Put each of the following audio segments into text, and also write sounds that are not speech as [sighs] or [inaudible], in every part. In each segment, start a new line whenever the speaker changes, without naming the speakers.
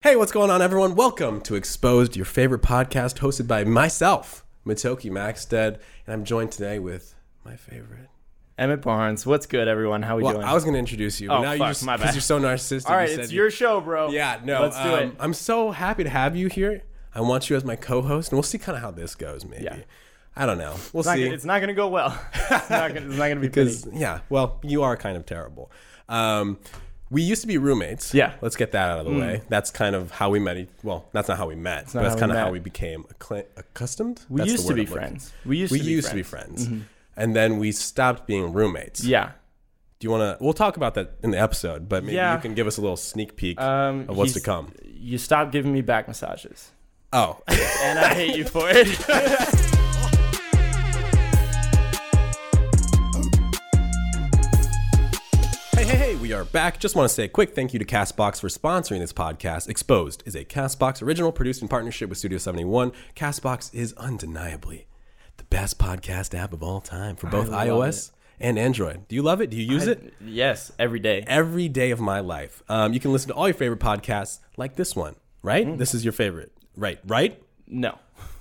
Hey, what's going on, everyone? Welcome to Exposed, your favorite podcast hosted by myself, Matoki Maxted, and I'm joined today with my favorite.
Emmett Barnes, what's good, everyone? How we
Well,
doing?
I was going to introduce you, but
Oh,
now
fuck,
you just
my bad.
because you're so narcissistic.
All right,
you said
it's
you-
your show, bro.
Yeah, no.
let's do
um,
it.
I'm so happy to have you here. I want you as my co-host, and we'll see kind of how this goes. Maybe.
Yeah.
I don't know. We'll
It's not,
see.
gonna- it's not gonna go well.
[laughs]
It's not gonna, it's not gonna be
because
pretty.
yeah well you are kind of terrible um we used to be roommates
Yeah. Hmm.
let's get that out of the way that's kind of how we met e- well that's not how we met but
not
that's
how we
kind of how
met.
we became accla- accustomed
We
That's the
used to
word
be
I'm looking-
friends. We used
we
to be
used
friends. Mm-hmm.
to be friends and then we stopped being roommates
Yeah.
do you want to we'll talk about that in the episode but maybe
Yeah.
you can give us a little sneak peek
Um,
of what's to
he's-
come
You stopped giving me back massages,
oh [laughs]
and I hate you for it.
Hey, hey, hey, we are back. Just want to say a quick thank you to Castbox for sponsoring this podcast. Exposed is a Castbox original produced in partnership with Studio 71. Castbox is undeniably the best podcast app of all time for both
love
iOS and Android. Do you love it? Do you use it?
yes, every day.
Every day of my life. Um, you can listen to all your favorite podcasts like this one, right? This is your favorite. Right, right?
No.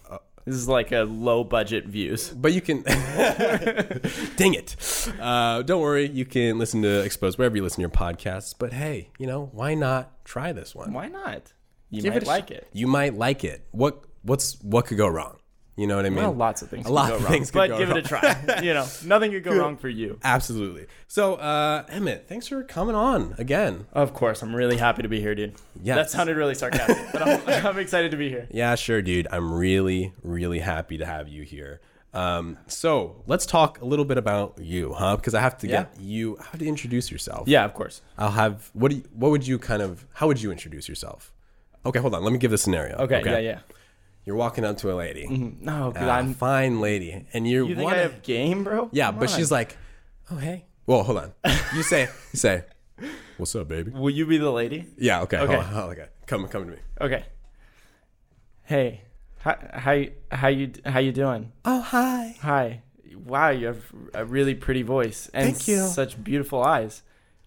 Uh,
This is like a low budget views.
But you can, dang it. Uh, don't worry, you can listen to Exposed wherever you listen to your podcasts. But hey, you know, why not try this one?
Why not? You
Give
might
it a
like
sh-
it.
You might like it. What what's what could go wrong? You know what I mean?
Well, lots of
A
things. could
lot
go
of
wrong,
things could
but
go
give
wrong.
it a try. you know, nothing could go wrong for you.
[laughs] Absolutely. So, uh, Emmett, thanks for coming on again.
Of course, I'm really happy to be here, dude.
Yes.
That sounded really sarcastic, but I'm, [laughs] I'm excited to be here.
Yeah, sure, dude. I'm really, really happy to have you here. Um, so let's talk a little bit about you, huh? Because I have to
Yeah.
get you. I have to introduce yourself.
Yeah, of course.
I'll have. What do you, What would you kind of? How would you introduce yourself? Okay, hold on. Let me give the scenario.
Okay, yeah,
You're walking up to a lady,
yeah. No,
a fine lady, and you're
You think
wanna-
I have game, bro?
Uh, Yeah,
Come
but
on.
she's like, "Oh hey." Well, hold on. You [laughs] say, you say, "What's up, baby?"
Will you be the lady?
Yeah, okay, okay,
Okay.
hold on, hold on, okay. Come, come to me.
Okay. Hey, how how how you how you doing?
Oh hi.
Hi. Wow, you have a really pretty voice and
Thank you. Hmm.
such beautiful eyes.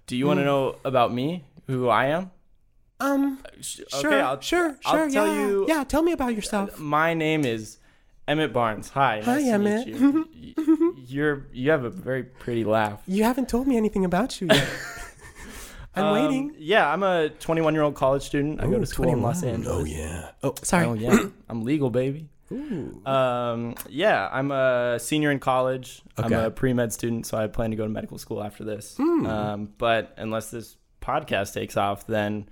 Do you want to know about me? Who I am?
Um,
Okay, I'll,
sure,
I'll tell you.
yeah. Tell me about yourself.
My name is Emmett Barnes. Hi. Nice to
Emmett.
Meet you.
[laughs]
Y- You're you have a very pretty laugh.
You haven't told me anything about you yet. [laughs] I'm
Um, yeah, I'm a 21 year old college student. I go to school in Los Angeles.
Oh yeah. [clears throat] Oh sorry.
Oh yeah, I'm legal, baby. Um, yeah, I'm a senior in college. I'm
Okay. Hmm.
a pre med student, so I plan to go to medical school after this. Um, but unless this podcast takes off, then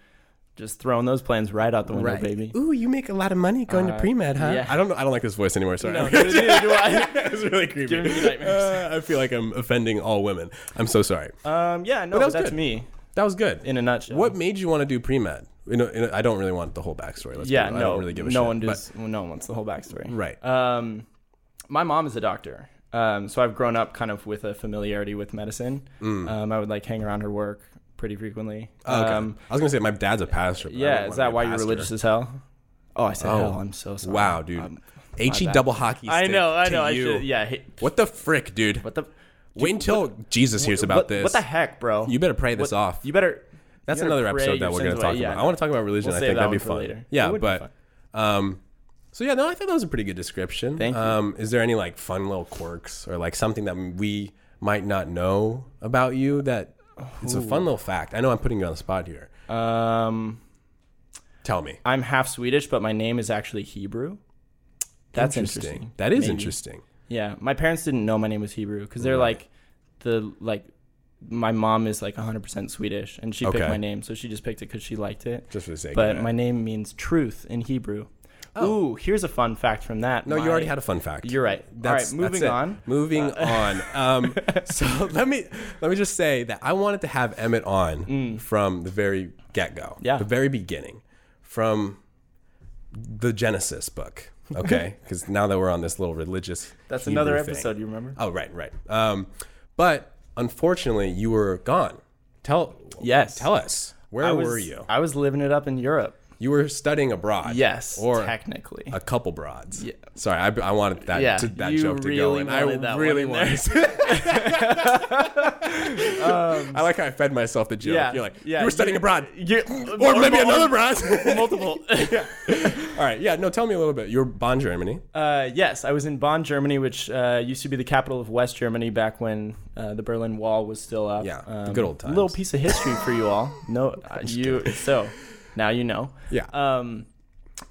just throwing those plans right out the window,
Right. [laughs]
baby. Uh,
Ooh, you make a lot of money going to pre med, huh?
yeah.
I don't know. I don't like this voice anymore. Sorry. [laughs]
No, neither do I.
it's really creepy.
Giving me nightmares.
Uh, I feel like I'm offending all women. I'm so sorry.
Um, yeah,
that
no, but
was
that's
good.
me
That was good.
in a nutshell.
What made you want to do pre med? You know, you know, I don't really want the whole backstory. Let's be
Yeah,
real.
no,
I don't really give a
no
shit.
one
but-
does. well, no one wants the whole backstory.
Right.
Um, my mom is a doctor, um, so I've grown up kind of with a familiarity with medicine. Um, I would like hang around her work pretty frequently.
Mm. Oh, okay.
Um,
I was gonna say my dad's a pastor. but I
yeah,
wouldn't wanna
is that
be a
why you're
pastor.
religious as hell? Oh, I said hell. I'm so sorry.
Wow, dude. He
bad.
double hockey.
I
stick
know, I
to
know. I
you.
should, yeah. Hey,
What the frick, dude?
what the?
Wait until Jesus hears about
what,
this.
What the heck, bro?
You better pray this
What-
off.
You better.
That's
you better
another
pray
episode
your
that we're
sins
gonna talk
away.
about.
Yeah,
I want to talk about religion.
We'll
I
save
think
that
that'd be
one for
fun.
later.
Yeah,
It would be
but um, so yeah, no, I think that was a pretty good description.
Thank you.
Um, is there any like fun little quirks or like something that we might not know about you that it's a fun little fact? I know I'm putting you on the spot here.
Um,
Tell me.
I'm half Swedish, but my name is actually Hebrew. That's interesting.
That is
Maybe.
interesting.
Yeah, my parents didn't know my name was Hebrew because they're like, the like, my mom is like 100% Swedish, and she
Okay.
picked my name, so she just picked it because she liked it.
Just for the sake.
But
of it. Oh.
my name means truth in Hebrew. Ooh, here's a fun fact from that.
No, you
My-
already had a fun fact.
You're right.
That's,
All right, moving
that's it.
on. Uh,
Moving on.
[laughs]
Um, so let me let me just say that I wanted to have Emmett on from the very get go.
Mm. Yeah.
The very beginning, from the Genesis
[laughs]
book. Okay, because now that we're on this little religious.
That's
Hebrew
another
thing.
episode. You remember?
Oh right, right. Um, but unfortunately, you were gone. Tell
Yes.
tell us where
I was,
were you?
I was living it up in Europe.
You were studying abroad.
Yes,
Or
technically.
a couple broads. Yeah. Sorry, I, I wanted that
Yeah,
to, that
you
joke to go
really
in. I
wanted that one
really
in
wanted. [laughs]
[laughs]
I like how I fed myself the joke.
Yeah,
You're like,
yeah,
you were studying
you-
abroad,
You-
or maybe [laughs] another broad. [laughs]
multiple.
All right, yeah. No, tell me a little bit. You're Bonn, Germany.
Uh, yes, I was in Bonn, Germany, which uh, used to be the capital of West Germany back when uh, the Berlin Wall was still up. Um,
Yeah, the good old times.
Little piece of history for you
[laughs]
all. No, uh, you so now you know.
Yeah.
Um,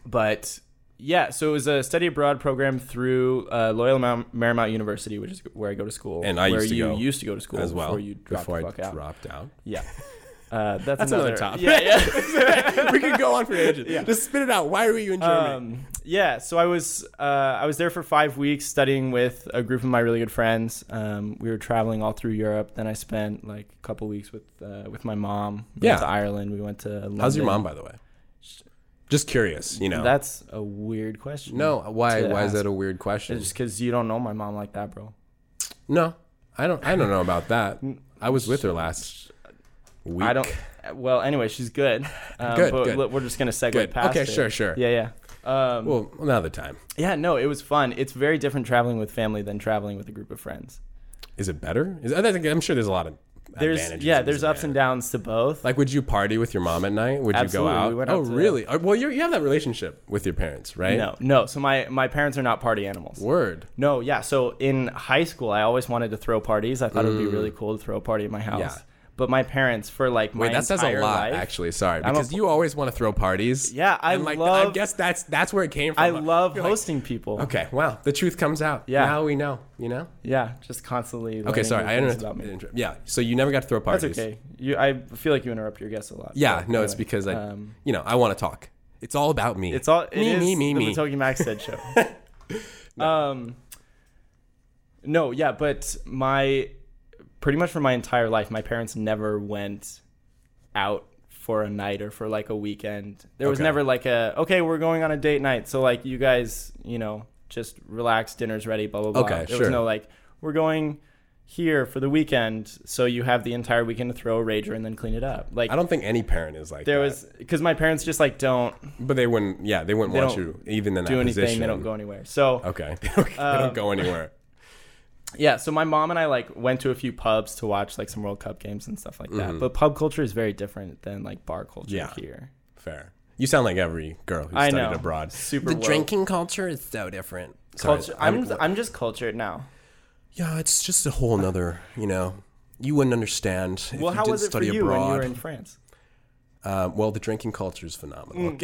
but yeah, so it was a study abroad program through uh, Loyola Mount- Marymount University, which is where I go to school,
And I
where
used to
you
go
used to go to school
as well.
before you dropped
before
the
I
fuck out.
dropped out.
[laughs] Yeah. Uh, that's,
another
another,
topic.
Yeah,
[laughs]
yeah. [laughs]
we could go on for ages. Just spit it out. Why were you in Germany?
Um, yeah, so I was uh, I was there for five weeks studying with a group of my really good friends. Um, we were traveling all through Europe. Then I spent like a couple weeks with uh, with my mom. We
Yeah.
went to Ireland. We went to. London.
How's your mom, by the way? Just curious. You know.
That's a weird question.
no. Why?
to
Why is
ask.
that a weird question?
It's just because you don't know my mom like that, bro.
No, I don't. I don't know about that. I was with her last week.
I don't. uh, Well, anyway,
[laughs]
she's good. Um,
Good,
But
good.
l- we're just gonna segue
Good.
past.
Okay,
it.
sure, sure.
Yeah, yeah. Um,
Well, another time.
yeah, no, it was fun. It's very different traveling with family than traveling with a group of friends.
Is it better? Is, I think I'm sure there's a lot of
There's
advantages
yeah,
and
there's ups and downs to both.
Like, would you party with your mom at night? Would
Absolutely,
you go out?
we went
oh,
out to-
really? Uh, Well, you're, you have that relationship with your parents, right?
No, no. So my my parents are not party animals.
Word.
No, yeah. So in high school, I always wanted to throw parties. I thought it would be really cool to throw a party at my house.
Mm. Yeah.
But my parents, for like my
Wait, that says a
entire
lot,
life-
actually. Sorry,
I'm a-
because you always want to throw parties.
Yeah, I
and like, I
love-
guess that's that's where it came from.
I
Like,
love
you're like,
hosting people.
okay, wow, the truth comes out.
Yeah.
now we know. You know.
Yeah, just constantly.
Okay,
learning
sorry,
new
I
things
didn't.
about me.
interrupt. Yeah, so you never got to throw parties.
That's okay. You, I feel like you interrupt your guests a lot.
Yeah,
but
no, it's
anyway.
because I,
um,
you know, I want to talk. It's all about me.
It's all it
me,
is
me, me,
the
me.
Matoki Max said show.
[laughs]
Um, no, yeah, but my pretty much for my entire life, my parents never went out for a night or for like a weekend. There was
Okay.
never like a okay, we're going on a date night, so like you guys, you know, just relax, dinner's ready, blah blah blah.
Okay,
there
sure.
was no like we're going here for the weekend, so you have the entire weekend to throw a rager and then clean it up. Like
I don't think any parent is like
there
that.
was because my parents just like don't
but they wouldn't. Yeah, they wouldn't
They
want
don't
you even in that
do anything.
position.
They don't go Um, anywhere. So
Okay, [laughs] they don't, they don't go anywhere.
yeah, so my mom and I like went to a few pubs to watch like some World Cup games and stuff like that. But pub culture is very different than like bar culture
Mm-hmm. Yeah.
here.
Fair. You sound like every girl who
I
studied
know.
abroad.
Super
the
woke.
drinking culture is so different. Sorry,
Culture. I'm I'm just cultured now.
yeah, it's just a whole nother. You know, you wouldn't understand if
Well,
you
how
didn't
was it for
study
you
abroad.
when you were in France?
Um, well, the drinking culture is phenomenal.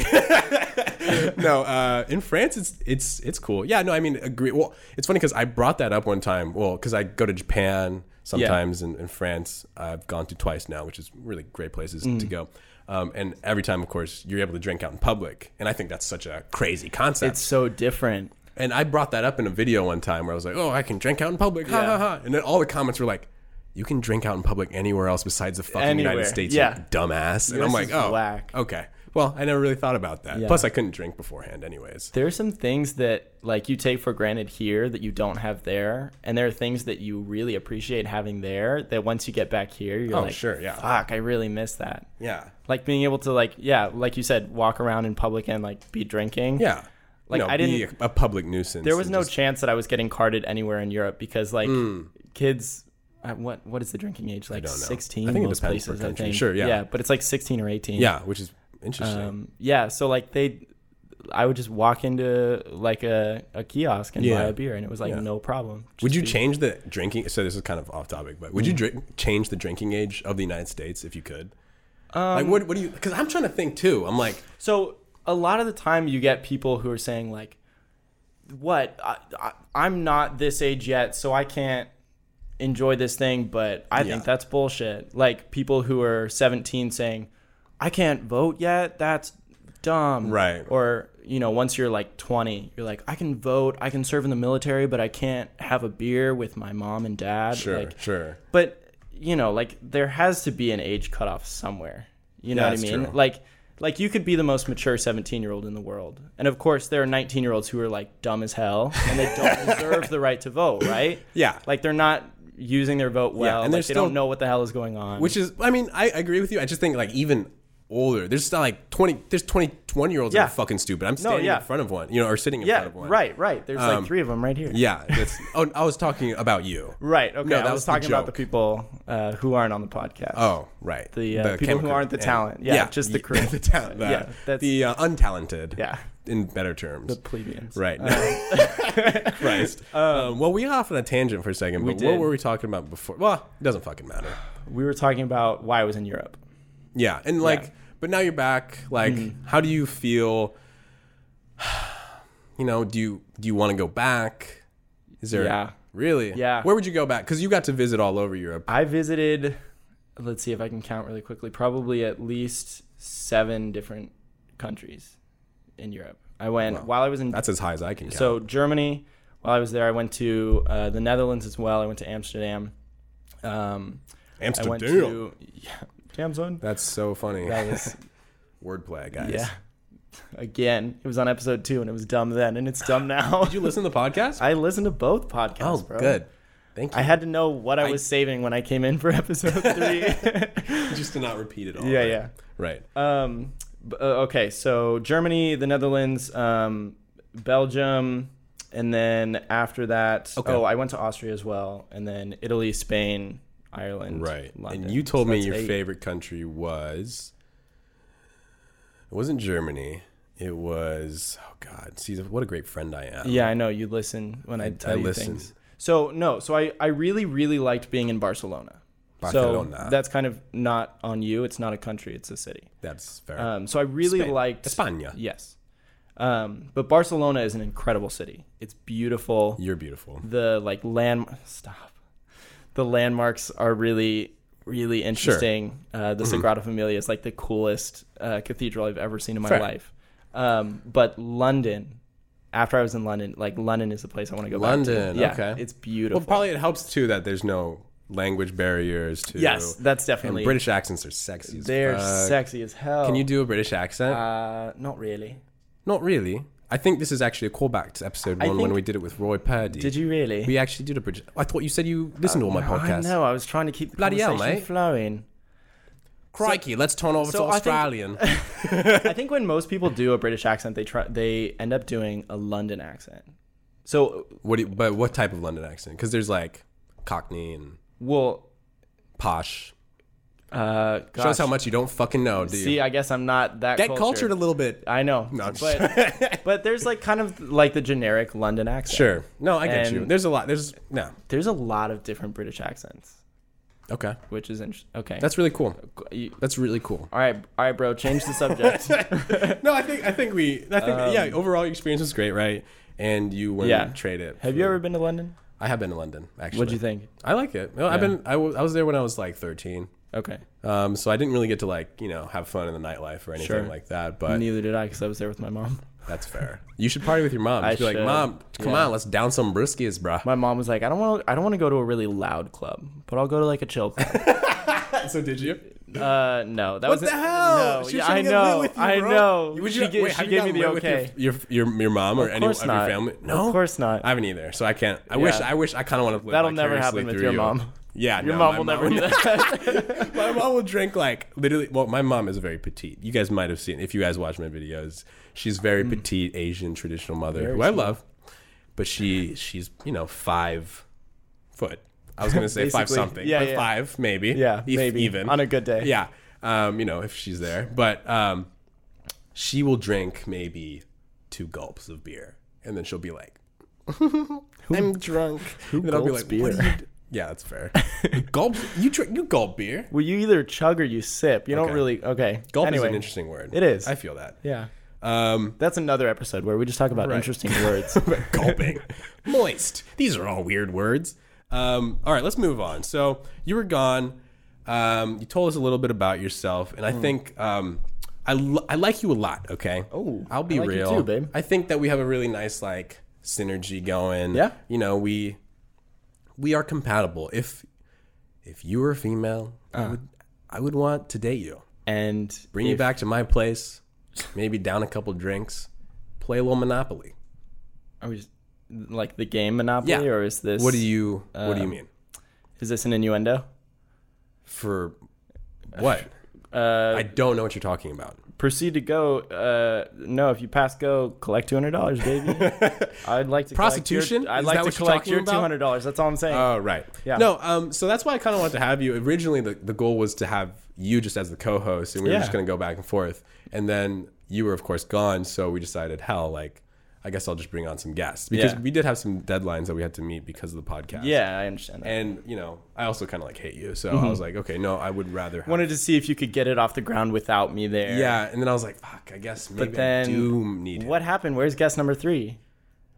[laughs] no, uh, in France, it's it's it's cool. Yeah, no, I mean, agree. Well, it's funny because I brought that up one time. Well, because I go to Japan sometimes, and in France, I've gone to twice now, which is really great places to go. Um, and every time, of course, you're able to drink out in public, and I think that's such a crazy concept.
It's so different.
And I brought that up in a video one time where I was like, "Oh, I can drink out in public." Ha ha
Yeah.
ha. And then all the comments were like, "You can drink out in public anywhere else besides the fucking United
Anywhere.
States,
Yeah.
you dumbass." And I'm
US
like,
is
"Oh,
whack."
okay." Well, I never really thought about that.
Yeah.
Plus, I couldn't drink beforehand, anyways.
There are some things that like you take for granted here that you don't have there, and there are things that you really appreciate having there that once you get back here, you're
Oh,
like,
sure, yeah.
fuck, I really miss that.
Yeah,
Like being able to like, yeah, like you said, walk around in public and like be drinking.
yeah.
Like,
no,
I
be
didn't-
a, a public nuisance.
there was
and
no
just-
chance that I was getting carded anywhere in Europe because like kids uh, what what is the drinking age like
don't know.
16
I think it
most
depends per
places
country.
I think
Sure, yeah.
but it's like 16 or 18
yeah, which is interesting.
um yeah so like they I would just walk into like a, a kiosk and
Yeah.
buy a beer and it was like no problem Just
would you
be-
change the drinking? So this is kind of off topic, but
Mm.
would you drink, change the drinking age of the United States if you could?
Um,
like, what, what do you? Because I'm trying to think too. I'm like,
So a lot of the time, you get people who are saying like, "What? I, I, I'm not this age yet, so I can't enjoy this thing." But I
Yeah.
think that's bullshit. Like people who are 17 saying, "I can't vote yet. That's dumb."
Right.
Or you know, once you're like 20, you're like, "I can vote. I can serve in the military, but I can't have a beer with my mom and dad."
sure,
Like,
sure.
but you know like there has to be an age cutoff somewhere you know
Yeah,
what i
that's
mean
true.
like like you could be the most mature 17 year old in the world and of course there are 19 year olds who are like dumb as hell and they don't
[laughs]
deserve the right to vote right
Yeah.
like they're not using their vote well
and
and
they're
like, they
still-
don't know what the hell is going on
which is i mean I, I agree with you i just think like even older there's still like 20 there's 20 twenty year olds
Yeah.
are fucking stupid. I'm standing
yeah.
in front of one, you know, or sitting in
Yeah,
front of one.
right, right. There's
Um,
like three of them right here.
Yeah. It's, [laughs] oh, I was talking about you.
Right. Okay.
No, that
I was,
was the
talking about the
joke.
people uh, who aren't on the podcast.
Oh, right.
The, uh, people who
chemical-
aren't the
yeah.
talent. Yeah, just the
y- [laughs]
crew.
the talent.
Yeah,
yeah.
that's-
the uh, untalented.
Yeah.
In better terms.
The plebeians.
Right.
[laughs]
[laughs] Christ. Um, well, we got off on a tangent for a second, but what
did.
were we talking about before? Well, it doesn't fucking matter.
We were talking about why I was in Europe.
Yeah. And like, but now you're back. Like,
Mm-hmm.
how do you feel? [sighs] You know, do you do you want to go back? Is there
Yeah.
really?
Yeah.
Where would you go back? Because you got to visit all over Europe.
I visited, let's see if I can count really quickly, probably at least seven different countries in Europe. I went while I was in
That's as high as I can. Count.
So Germany. While I was there, I went to uh, the Netherlands as well. I went to Amsterdam. Um, I
Amsterdam.
went to [laughs] yeah, Amsterdam.
That's so funny.
That was
[laughs] Wordplay, guys.
[laughs] yeah. Again, it was on episode two, and it was dumb then, and it's dumb now.
Did [laughs] you listen to the podcast?
I listened to both podcasts,
oh,
bro.
good. Thank you.
I had to know what I was saving when I came in for
[laughs]
episode three. [laughs]
Just to not repeat it all.
yeah,
right?
yeah.
Right.
Um, b- uh, okay, so Germany, the Netherlands, um, Belgium, and then after that,
Okay.
oh, I went to Austria as well, and then Italy, Spain, Ireland,
Right.
London.
And you told
So
me
that's
your
eight.
favorite country was. It wasn't Germany. It was. Oh God. See, what a great friend I am.
Yeah, I know you listen when I,
I-
tell
I
you
listen.
things. So no, so I I really really liked being in Barcelona.
Barcelona.
So that's kind of not on you. It's not a country. It's a city.
That's fair.
Um, so I really
Spain.
liked
España.
Yes. Um, but Barcelona is an incredible city. It's beautiful.
You're beautiful.
the like land stop the landmarks are really really interesting uh,
Mm-hmm.
the sagrada familia is like the coolest uh, cathedral i've ever seen in my
Fair.
life um, but london after i was in london like london is the place i want to go back
London,
to. Yeah,
okay.
it's
Well,
beautiful
probably it helps too that there's no language barriers to.
yes that's
And
definitely
British accents are sexy. as
they're
fuck.
sexy as hell
Can you do a British accent?
uh, not really
Not really. I think this is actually a callback to episode
I
one when
think-
we did it with Roy Purdy.
did you Uh, really
We actually did a British. I thought you said you listened to all my
i
podcasts.
know i was trying to keep the
Bloody hell,
conversation
mate.
flowing
Crikey, let's turn over
so
to
I think-
Australian.
I think when most people do a British accent, they try they end up doing a London accent. So,
What? Do you, but what type of London accent? Because there's like Cockney and
well,
posh.
uh, gosh,
Shows how much you don't fucking know, do you?
see, I guess I'm not that
Get
cultured.
cultured a little bit.
I know,
No, I'm
but
[laughs]
but there's like kind of like the generic London accent.
Sure. No, I get
And-
you. There's a lot. There's no.
There's a lot of different British accents,
Okay,
which is interesting. Okay,
that's really cool.
You-
That's really
[laughs]
cool.
all right, all right, bro. Change
[laughs]
the subject.
No, I think I think we. I think yeah. Overall, your experience was great, right? And you wouldn't
Um, Yeah.
trade it.
Have you ever been to London?
I have been to London. Actually,
What'd you think?
I like it. No, I've been. I wa- I was there when I was like 13.
Okay,
Um, so I didn't really get to like you know have fun in the nightlife or anything
Sure.
like that. But
neither did I because I was there with my mom.
that's fair. You should party with your mom. You
I
should be like,
should.
mom, come
Yeah.
on, let's down some briskies, bruh.
My mom was like, I don't want to, I don't want to go to a really loud club, but I'll go to like a chill club.
so did you?
Uh, no, that
What
was
the hell?
No,
She was
yeah,
trying
I
to get lit
know,
with you,
I
bro.
know.
Would
she
you-
ga-
wait, have
she
you
gave
gotten
me the
lit with your-
okay.
Your, your your mom or anyone
course
of your
not.
family? No,
Of course not.
I haven't either. So I can't. I wish.
Yeah.
I wish. I kind of want to.
That'll never happen with your mom.
Yeah,
Your
no,
mom
my
will never do that. [laughs]
my mom will drink like literally. Well, my mom is very petite. You guys might have seen if you guys watch my videos. She's
Mm.
very petite Asian traditional mother who I love, but she she's you know five foot. I
[laughs]
was gonna say five
Basically,
something.
yeah,
but
yeah.
five maybe.
yeah,
if
maybe
even
on a good day.
yeah, um, you know if she's there, but um, she will drink maybe two gulps of beer, and then she'll be
[laughs]
like, "I'm drunk." Who then I'll be
gulps
like, "What are you d-" Yeah, that's fair. gulps? You drink? You gulp beer?
Well, you either chug or you sip. You
Okay.
don't really. Okay.
Gulp
anyway,
is an interesting word.
It is.
I feel that.
Yeah, [laughs]
Um,
that's another episode where we just talk about
Right. [laughs]
interesting words.
gulping, [laughs] moist. These are all weird words. Um, all right, let's move on. So you were gone. Um, you told us a little bit about yourself,
Hmm.
and I think um, I l- I like you a lot. Okay.
Oh,
I'll be
I like you
real,
too, babe.
I think that we have a really nice like synergy going.
Yeah.
You know we we are compatible. If if you were a female,
Uh.
I would I would want to date you.
and
Bring you back to my place, maybe down a couple drinks, play a little Monopoly.
Are we just, like the game Monopoly,
Yeah.
or is this?
What do you um, What do you mean
Is this an innuendo?
for what?
Uh,
I don't know what you're talking about.
proceed to go. Uh, no, if you pass go, collect two hundred dollars,
[laughs]
baby. I'd like to collect your-
Prostitution?
I'd
Is
like
that
to
what you're
collect
talking
your
about?
two hundred dollars. That's all I'm saying.
Oh, right.
Yeah.
No, um, so that's why I kind of wanted to have you. Originally, the, the goal was to have you just as the co host, and we were
Yeah.
just going to go back and forth. And then you were, of course, gone. So we decided, hell, like, I guess I'll just bring on some guests because
Yeah.
we did have some deadlines that we had to meet because of the podcast.
yeah, I understand that.
And, you know, I also kind of like hate you. So I was like, okay, no, I would rather have.
Wanted to see if you could get it off the ground without me there.
yeah. And then I was like, fuck, I guess maybe
then
I do need
What happened? Where's guest number three?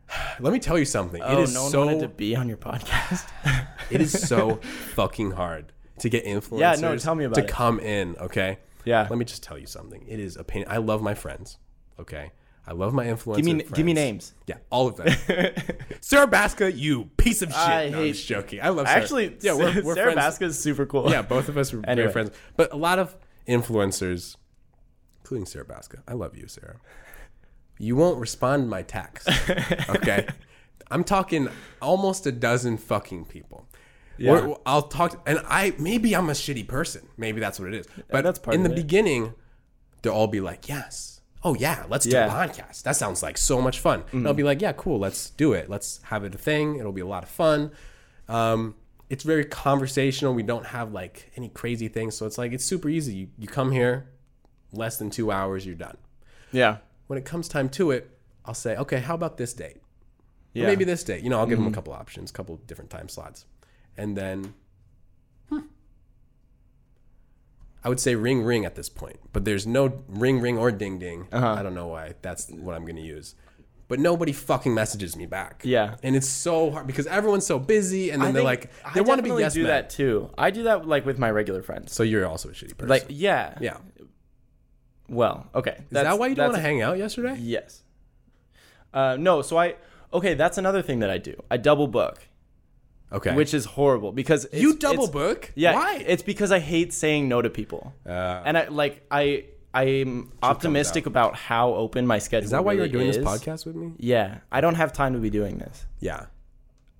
him. [sighs] Let me tell you something.
Oh,
it is
no one
so
wanted to be on your [laughs] podcast.
[laughs] it is
[laughs]
so fucking hard to get influencers
Yeah, no, tell me about
to
it.
come in, okay?
Yeah.
Let me just tell you something. It is a pain. I love my friends, okay? I love my influencers.
give me give me names.
Yeah, all
[laughs]
of them. Sarah Baska, you piece of shit.
I
no, I'm
hate-
just joking. I love Sarah.
Actually,
yeah, we're, we're
Sarah
friends.
Vasquez is super cool.
Yeah, both of us were
Anyway.
great friends. But a lot of influencers, including Sarah Baska, I love you, Sarah. You won't respond to my
[laughs]
text. Okay. I'm talking almost a dozen fucking people.
Yeah.
Or- I'll talk, and I maybe I'm a shitty person. Maybe that's what it is. But
that's part
in
of
the
it.
beginning, they'll all be like, "Yes, oh yeah, let's do
Yeah.
a podcast. That sounds like so much fun." And I'll be like, "Yeah, cool, let's do it. Let's have it a thing. It'll be a lot of fun." Um, it's very conversational. We don't have like any crazy things, so it's like it's super easy. You, you come here, less than two hours, you're done.
[laughs] yeah,
When it comes time to it, I'll say, "Okay, how about this date?" Or
yeah. Mm-hmm.
maybe this day. You know, I'll give them a couple options, a couple different time slots, and then, hmm. I would say ring ring at this point, but there's no ring ring or ding ding.
Uh-huh.
I don't know why that's what I'm going to use, but nobody fucking messages me back.
Yeah.
and it's so hard because everyone's so busy, and then
I
they're
think-
like they
I
want to be
definitely
yes
do
men.
that too. I do that like with my regular friends.
So you're also a shitty person.
Like yeah,
yeah,
Well, okay.
is that why you don't want to hang out yesterday?
Yes. Uh, no. So I okay. That's another thing that I do. I double book,
Okay,
which is horrible because it's,
you double
it's-
book.
Yeah.
why?
It's because I hate saying no to people,
Uh,
and I like I I'm optimistic about how open my schedule.
is that why
really
you're doing
is.
this podcast with me?
Yeah, I don't have time to be doing this.
Yeah.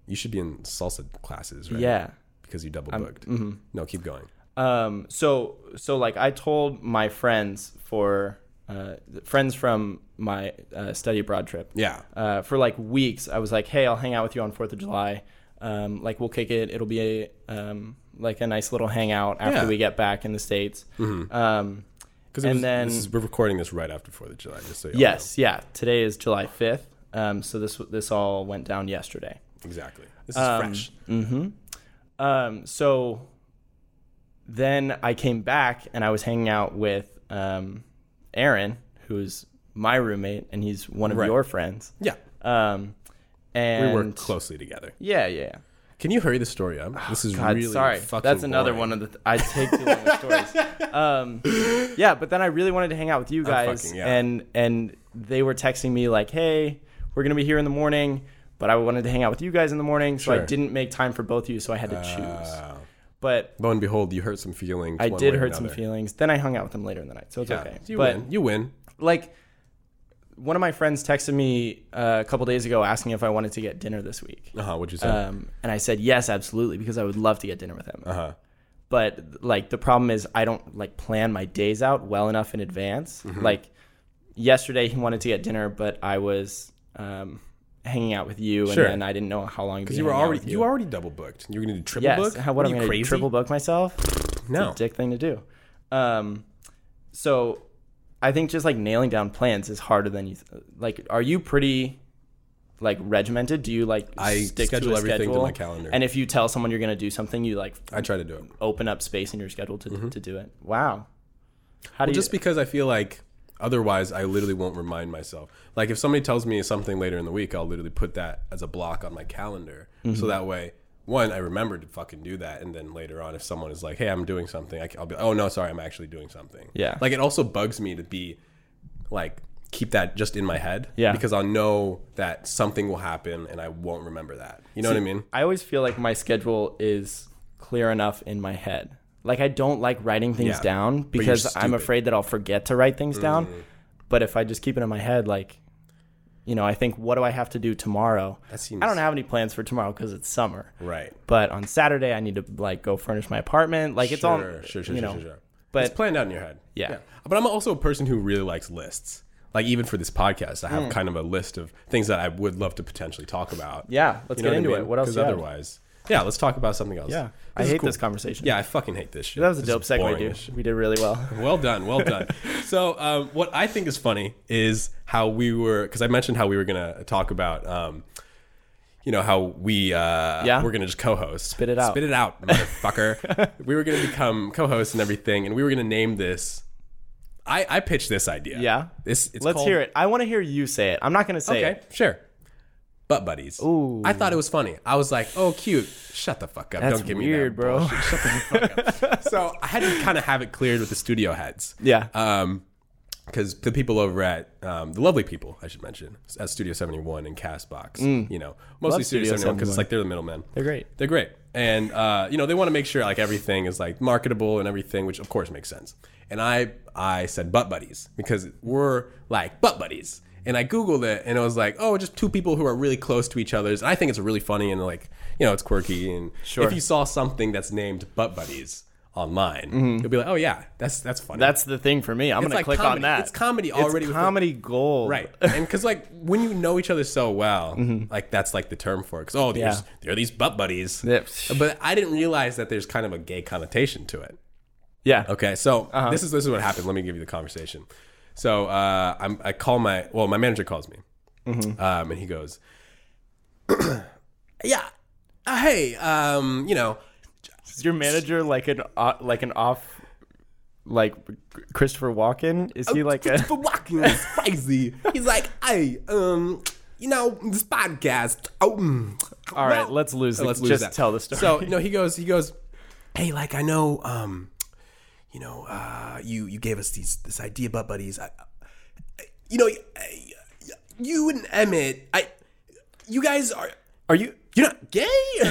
You should be in salsa classes, right?
Yeah. mm-hmm.
Because you double booked. No, keep going.
Um. So so like I told my friends for uh friends from my uh, study abroad trip.
Yeah.
uh, for like weeks. I was like, hey, I'll hang out with you on Fourth of July. Um, like we'll kick it. It'll be a um, like a nice little hangout after
Yeah. Mm-hmm.
we get back in the states. Um,
Because
and then-
we're recording this right after 4th of July, just so you all
yes, yeah. Today is July fifth. Um, so this this all went down yesterday.
know. Exactly. This is fresh.
Um, so then I came back and I was hanging out with um, Aaron, who's my roommate, and he's one of
Right.
your friends.
Yeah.
Um, and
We work closely together.
Yeah, yeah. yeah.
Can you hurry the story up? This is
[sighs] God,
really
sorry.
fucking
That's another
boring.
one of the. Th- I take too long with stories.
[laughs]
Um, yeah, but then I really wanted to hang out with you guys,
fucking- yeah.
and and they were texting me like, "Hey, we're gonna be here in the morning," but I wanted to hang out with you guys in the morning, so I
Sure. Uh,
didn't make time for both of you, so I had to choose.
Wow.
But
Lo and behold, you hurt some feelings.
I
one
did
way or
hurt some
another.
feelings. Then I hung out with them later in the night, so it's
Yeah.
okay.
You
but
win. You win.
like, one of my friends texted me uh, a couple days ago asking if I wanted to get dinner this week.
Uh huh. What'd you say?
Um, and I said yes, absolutely, because I would love to get dinner with him.
Uh huh.
but like the problem is I don't like plan my days out well enough in advance.
Mm-hmm.
Like yesterday he wanted to get dinner, but I was um, hanging out with you,
Sure.
and then I didn't know how long
Because you were already you. already double booked. You're gonna do triple
yes.
book.
How what,
are
am I
you
gonna
crazy?
triple book myself?
no.
Dick thing to do. Um, so I think just like nailing down plans is harder than you th- like. Are you pretty? Like regimented? Do you like
I
stick
schedule
to a
everything to
schedule?
my calendar.
And if you tell someone you're gonna do something, you like
I try to do it.
open up space in your schedule to, to do it. Wow. How do
Mm-hmm. Well,
you
just because I feel like otherwise I literally won't remind myself. Like if somebody tells me something later in the week, I'll literally put that as a block on my calendar.
Mm-hmm.
So that way, one, I remember to fucking do that. And then later on, if someone is like, hey, I'm doing something, I c- I'll be oh, no, sorry, I'm actually doing something.
Yeah.
Like it also bugs me to be like, keep that just in my head.
Yeah.
Because I'll know that something will happen and I won't remember that. You know what I mean?
I always feel like my schedule is clear enough in my head. Like I don't like writing things
Yeah.
down
you're
because I'm
stupid. Mm.
afraid that I'll forget to write things down. But if I just keep it in my head, like you know, I think what do I have to do tomorrow?
That seems-
I don't have any plans for tomorrow because it's summer.
Right.
But on Saturday I need to like go furnish my apartment. Like it's all
Sure, sure, sure,
you
sure,
know.
sure, sure. It's
But
planned out in your head.
Yeah.
But I'm also a person who really likes lists. Like even for this podcast, I have
Hmm.
kind of a list of things that I would love to potentially talk about.
yeah, let's
You know
get
I
into
mean?
it. What else?
'Cause
you have?
otherwise, yeah, let's talk about something else.
Yeah, I
is
hate this conversation.
Yeah, I fucking hate this shit.
That was a
This
dope
is
segue,
boring
dude.
as shit.
We did really well.
Well done, well
[laughs]
done. so, um, what I think is funny is how we were, because I mentioned how we were gonna talk about, um, you know, how we uh,
Yeah.
we're gonna just co-host. Spit
it out.
Spit it out, motherfucker. we were gonna become co-hosts and everything, and we were gonna name this. I I pitched this idea.
Yeah?
This it's
Let's
called,
hear it. I want to hear you say it. I'm not gonna say
Okay,
it.
sure. Butt buddies.
Ooh.
I thought it was funny. I was like, "Oh, cute." Shut the fuck up.
That's
Don't give
weird,
me that
bro.
bullshit. Shut the fuck up. [laughs] so I had to kind of have it cleared with the studio heads.
Yeah.
Um, because the people over at um, the lovely people, I should mention, at Studio Seventy One and Castbox, you know, mostly
Mm. Love
Studio
Studio
Seventy One because
71.
it's like they're the middlemen.
They're great.
They're great, and uh, you know, they want to make sure like everything is like marketable and everything, which of course makes sense. And I, I said butt buddies because we're like butt buddies. And I googled it, and it was like, oh, just two people who are really close to each other's. And I think it's really funny and like, you know, it's quirky. And
Sure.
if you saw something that's named butt buddies online, you'll be like, oh yeah, that's that's funny.
Mm-hmm. That's the thing for me. I'm gonna
like
click
comedy.
on that.
It's comedy already
It's
with-
comedy gold. [laughs]
Right. And because, like, when you know each other so well, like, that's like the term for it. Because, oh, there's,
Mm-hmm. Yeah.
there are these butt buddies.
Yep.
But I didn't realize that there's kind of a gay connotation to it.
Yeah.
Okay. So
Uh-huh.
this, is, this is what happened. Let me give you the conversation. So uh, I'm, I call my, well, my manager calls me.
Mm-hmm.
Um, and he goes, [clears throat] yeah. Uh, hey, um, you know,
Is your manager like an uh, like an off like Christopher Walken? Is he
[laughs]
like a
Christopher Walken
[laughs]
is crazy. He's like, hey, um, you know, this podcast. Oh, mm,
All right,
well-
let's lose. The,
let's lose
just
that.
tell the story. [laughs]
So no, he goes, he goes, hey, like I know, um, you know, uh, you you gave us these this idea about buddies. I, I- you know, I- you and Emmett, I, you guys are
are you?
you're not gay. [laughs] and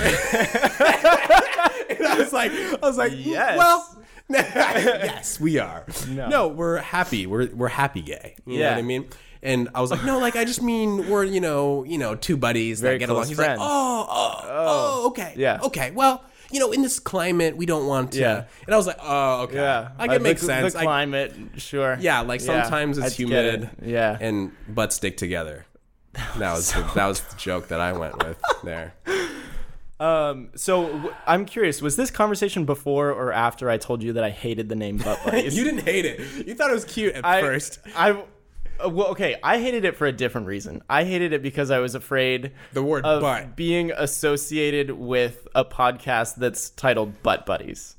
I was like, I was like,
Yes.
yes. Well. [laughs] yes, we are. No. we're happy. We're we're happy gay. You know
Yeah.
what I mean? And I was like, no, like I just mean we're, you know, you know, two buddies that get
close
along. He's
friends.
like, oh, oh, oh, okay.
Yeah.
Okay. Well, you know, in this climate, we don't want to.
Yeah.
And I was like, oh, okay.
Yeah,
I
Uh,
can
the-
make sense.
The
I-
climate, sure.
yeah, like
Yeah,
sometimes
I
it's
get it.
humid.
Yeah.
And butts stick together. That was the, that was the joke that I went
[laughs]
with there.
um. So w- I'm curious. Was this conversation before or after I told you that I hated the name Butt
[laughs]
Buddies?
You didn't hate it. You thought it was cute at
I,
first.
I. uh, well, okay. I hated it for a different reason. I hated it because I was afraid
The word
of
butt.
being associated with a podcast that's titled Butt Buddies,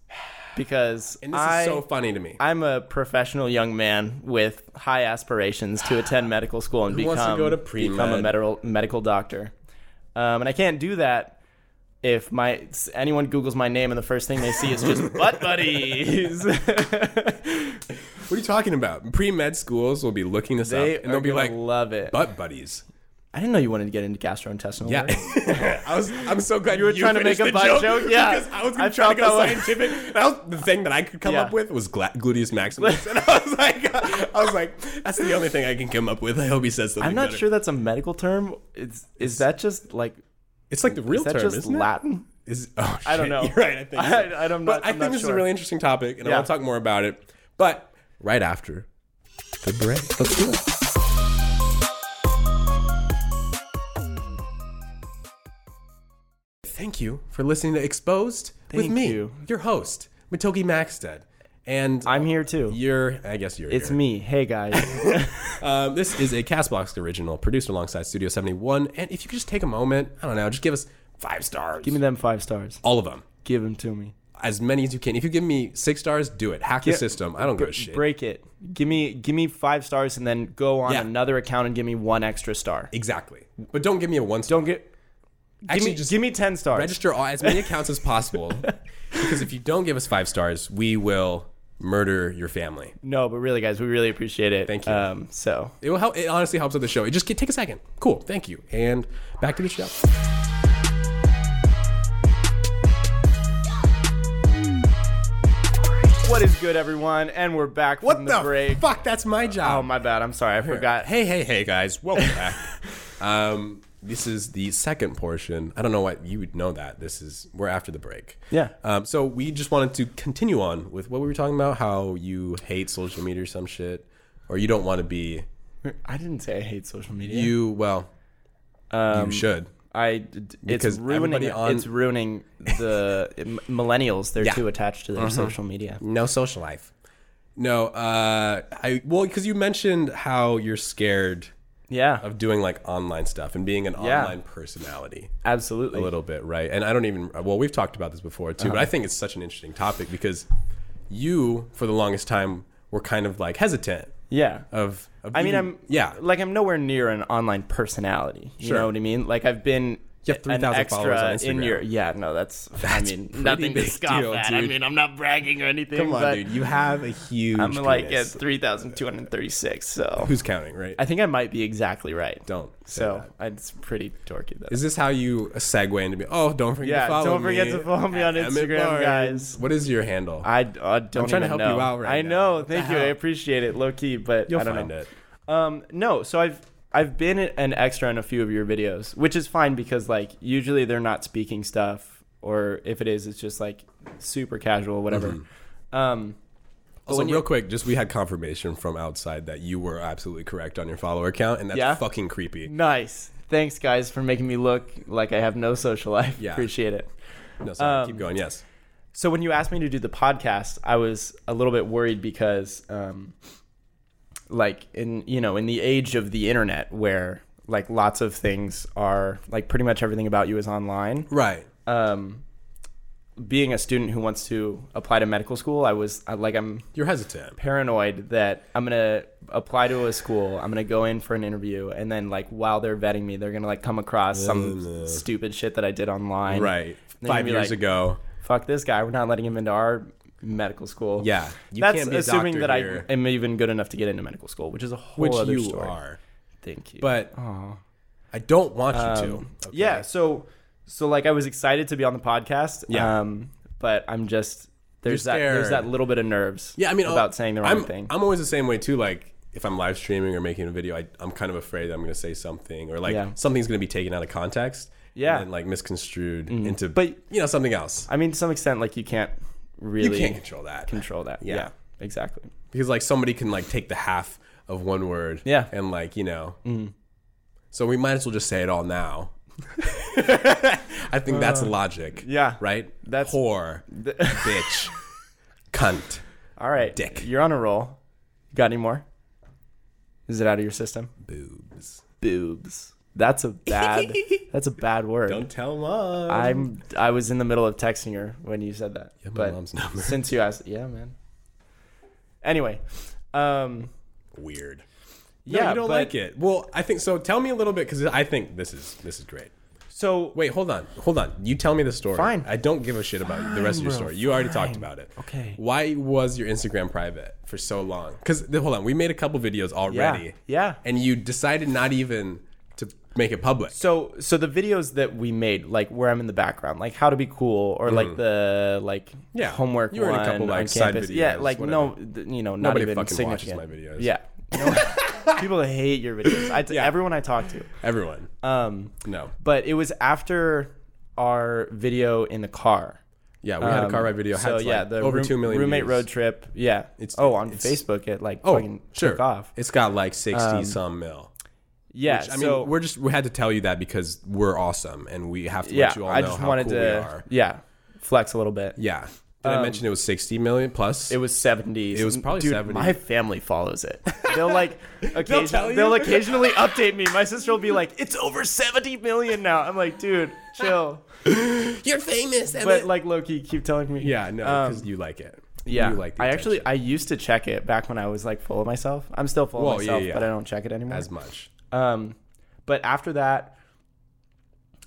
because
And this
I,
is so funny to me.
I'm a professional young man with high aspirations to
[sighs]
attend medical school and become,
wants to go to pre-med?
become a medical medical doctor. Um, and I can't do that if my anyone Googles my name and the first thing they see is
[laughs]
just butt buddies.
what are you talking about? Pre med schools will be looking this
they
up and they'll
are
be
gonna
like,
love it.
butt buddies.
I didn't know you wanted to get into gastrointestinal.
Yeah. [laughs]
work.
I was, I'm so glad you
were trying to
finished
make a
the
butt joke?
[laughs]
Yeah.
Because I was
I
going to try to
felt
go
that way.
scientific. And I was, the thing that I could come
Yeah.
up with was gla- gluteus
[laughs]
maximus. and I was like, I was like, that's the only thing I can come up with. I hope he says something
I'm not
better.
sure that's a medical term. It's is that just like
It's like the real
is that
term,
just
isn't it?
Latin?
Is [laughs] oh,
I don't
shit,
know.
You're right. I think. so.
[laughs] I- I don't- I'm
But
not-
I
I'm
think
not
this is a
sure.
really interesting topic, and I
Yeah.
want to talk more about it. But right after the break, let's do it. Thank you for listening to Exposed with
Thank
me,
you.
your host Matoki Maxted, and
I'm here too.
you're. I guess you're.
It's
here.
me.
[laughs]
Hey guys.
Um, this is a Castbox original, produced alongside Studio 71. And if you could just take a moment, I don't know, just give us five stars.
Give me them five stars.
all of them.
Give them to me.
as many as you can. If you give me six stars, do it. Hack the system. I don't give a shit.
break it. Give me give me five stars and then go on
Yeah.
another account and give me one extra star.
Exactly. But don't give me a one star.
Don't get
Actually,
give me
just
give me ten stars.
register all, as many accounts as
[laughs]
possible. because if you don't give us five stars, we will murder your family.
no, but really, guys, we really appreciate it.
Thank you.
Um, so
It will help. It honestly helps with the show. It just take a second. Cool. Thank you. And back to the show.
what is good, everyone? And we're back from the, break.
fuck? That's my
Oh
job.
my bad. I'm sorry. I forgot.
hey, hey, hey, guys. Welcome back. [laughs] um, This is the second portion. I don't know why you would know that. This is we're after the break.
Yeah.
Um, so we just wanted to continue on with what we were talking about. How you hate social media or some shit, or you don't want to be
I didn't say I hate social media.
you. Well,
Um,
you should.
I d-
Because
it's ruining
everybody on-
it's ruining
[laughs]
the m- millennials. They're too attached to
Uh-huh.
their social media.
No social life. No. Uh, I well because you mentioned how you're scared
Yeah,
of doing like online stuff and being an
Yeah.
online personality.
absolutely.
a little bit, right? And I don't even. Well, we've talked about this before too,
Uh-huh.
but I think it's such an interesting topic because you, for the longest time, were kind of like hesitant
Yeah.
of. of
I mean,
even-
I'm
yeah,
like I'm nowhere near an online personality. You
Sure.
know what I mean? Like I've been
You have
an
3,000
extra
followers on
in
Instagram.
your yeah. No, that's, I mean
pretty
nothing to
big
scoff
deal,
at. I
dude.
mean, I'm not bragging or anything.
Come on,
but
dude. You have a huge.
I'm like at
penis.
3,236. So
who's counting, right?
I think I might be exactly right.
don't. say
So
that.
it's pretty dorky though.
Is this how you segue into be? Oh, don't forget
Yeah,
to follow
don't forget
me
to follow me on
at Emmett
Instagram,
Barnes.
guys.
What is your handle?
I, I don't
trying to
even
help
know.
you out right
I
now.
know.
What the
Thank you. I
hell?
appreciate it, low key, but
You'll
I don't
find
know.
it.
Um, no. So I've I've been an extra in a few of your videos, which is fine because like usually they're not speaking stuff, or if it is, it's just like super casual, whatever.
Mm-hmm.
Um,
Also,
when you-
real quick, just we had confirmation from outside that you were absolutely correct on your follower count, and that's
Yeah?
fucking creepy.
nice. Thanks, guys, for making me look like I have no social life.
Yeah.
Appreciate it.
No, sorry,
Um,
keep going. Yes.
So when you asked me to do the podcast, I was a little bit worried because, um, like in you know in the age of the internet where like lots of things are like pretty much everything about you is online.
Right.
Um, being a student who wants to apply to medical school, I was I, like I'm
You're hesitant.
paranoid that I'm gonna apply to a school, I'm gonna go in for an interview, and then like while they're vetting me, they're gonna like come across some
Ugh.
stupid shit that I did online.
Right.
Then
Five
you'd be
years
like-
ago.
Fuck this guy. We're not letting him into our medical school.
Yeah. You
That's
can't be a
assuming
doctor
that
here.
I am even good enough to get into medical school, which is a whole
Which
other
you
story.
are.
Thank you.
But I don't want you to. Okay?
Um, yeah, so so like I was excited to be on the podcast.
Yeah.
Um, but I'm just there's
You're
that there's
scared.
that little bit of nerves.
Yeah, I mean, I'll-
about saying the wrong
I'm,
thing.
I'm always the same way too. Like if I'm live streaming or making a video, I, I'm kind of afraid that I'm going to say something or like
Yeah.
something's going to be taken out of context.
Yeah. Mm-hmm.
And then, like misconstrued into,
But-
you know, something else.
I mean, to some extent, like you can't
You
really
can't control that
control that.
Yeah.
Yeah. exactly.
because like somebody can like take the half of one word.
Yeah.
And like you know. So we might as well just say it all [laughs] now. I think that's logic.
yeah.
Right.
That's-
whore, [laughs] bitch, cunt.
All right,
Dick.
you're on a roll. You got any more? Is it out of your system?
boobs.
Boobs. That's a bad. [laughs] that's a bad word.
Don't tell mom.
I'm. I was in the middle of texting her when you said that.
my
but
mom's number.
[laughs] Since you asked, yeah, man. Anyway, um,
weird.
yeah,
no, you don't
but-
like it. Well, I think so. Tell me a little bit because I think this is this is great.
So
Wait, hold on, hold on. You tell me the story.
Fine.
I don't give a shit about the rest of your
bro,
story. You already
fine.
talked about it.
Okay.
Why was your Instagram private for so long? Because hold on, we made a couple videos
yeah,
already.
yeah.
And you decided not even to make it public.
So so the videos that we made, like where I'm in the background, like how to be cool, or like the like
Mm. Yeah.
homework
You were in a
one
couple,
on
like, side
campus.
videos,
yeah, like no, th- you know, not
Nobody
even
fucking watches
significant.
my videos. [laughs]
Yeah, No- people hate your videos. I t- Everyone I talk to.
Everyone.
Um,
no.
but it was after our video in the car.
Yeah, we had a
Um,
car ride video. Had
So yeah,
like
the
over
room-
two million
roommate
views.
road trip. Yeah,
It's-
oh on
it's-
Facebook it like
Oh,
fucking
sure.
took off. Um,
It's got like sixty some mil.
Yeah,
I mean,
so
we're just we had to tell you that because we're awesome and we have to
yeah,
let you all
I
know
just
how
wanted
cool we
to
are.
yeah flex a little bit.
Yeah. Did I mention it was 60 million plus?
It was seventies.
It was probably
Dude,
70.
My family follows it. They'll
[laughs]
like occasionally
tell
they'll,
you. [laughs]
occasionally update me. My sister will be like, "It's over seventy million now." I'm like, "Dude,
[laughs]
chill."
You're famous.
But like Loki, keep telling me.
yeah, no, because you like it.
Um, yeah.
You like the
I actually
attention
I used to check it back when I was like full of myself. I'm still full
Well,
of
yeah,
myself,
yeah.
but I don't check it anymore.
as much.
Um, but after that,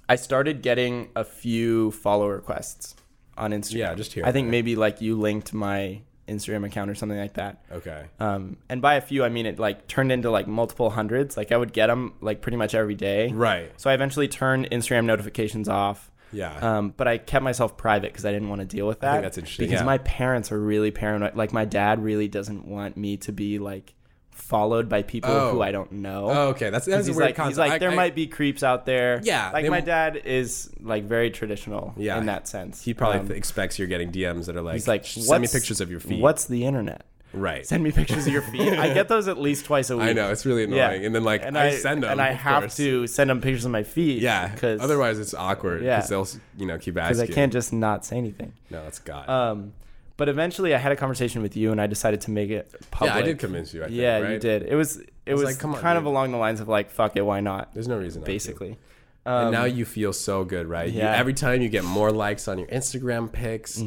I started getting a few follow requests on Instagram.
Yeah, just here
I
and
think maybe like you linked my Instagram account or something like that.
Okay.
Um, and by a few, I mean it like turned into like multiple hundreds. Like I would get them like pretty much every day.
Right.
So I eventually turned Instagram notifications off.
Yeah.
Um, but I kept myself private because I didn't want to deal with that.
that's interesting,
Because
yeah.
my parents are really paranoid. Like my dad really doesn't want me to be like followed by people
Oh.
who I don't know.
Oh, okay, that's that's a
He's
weird
like,
concept.
he's like,
I-
there
I-
might be creeps out there.
Yeah,
like
they-
my dad is like very traditional
Yeah,
in that sense.
He probably
Um,
th- expects you're getting DMs that are like,
he's like,
send me
"What's-
pictures of your feet.
What's the internet?
Right.
Send me pictures of your feet. [laughs] I get those at least twice a week.
I know it's really annoying.
Yeah,
And then like
and
I, send them,
and I
of
have
course.
to send them pictures of my feet.
Yeah,
because
otherwise it's awkward.
Yeah.
because they'll you know keep
because
asking.
I can't just not say anything.
No, it's God.
Um, but eventually, I had a conversation with you, and I decided to make it
yeah,
public.
I did convince you. I think,
Yeah,
right?
you did. It was it was,
like, come on,
kind of
dude.
along the lines of like, fuck it, why not?
There's no reason. not to.
Basically,
and now you feel so good, right? You-
Um, yeah. Mm-hmm.
every time you get more likes on your Instagram pics.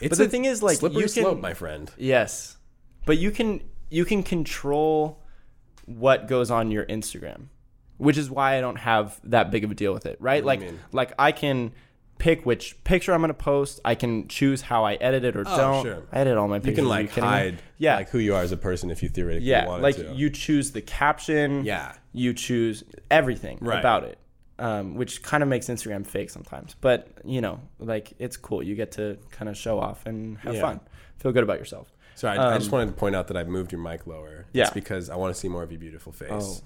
It's
But the thing is, like,
slippery
you can-
slope, my friend.
yes, but you can you can control what goes on your Instagram, which is why I don't have that big of a deal with it, right? like,
you mean?
like I can pick which picture I'm gonna post. I can choose how I edit it or don't.
Oh, sure.
I edit all my pictures.
You can
are
like
kidding me?
hide,
Yeah.
like who you are as a person if you theoretically
yeah,
wanted
like
to.
you choose the caption.
yeah,
you choose everything
Right.
about it, um, which kind of makes Instagram fake sometimes. But you know, like it's cool. You get to kind of show off and have
Yeah.
fun, feel good about yourself.
Sorry, I, I just wanted to point out that I moved your mic lower.
Um, Yeah. Oh,
It's because I want to see more of your beautiful face.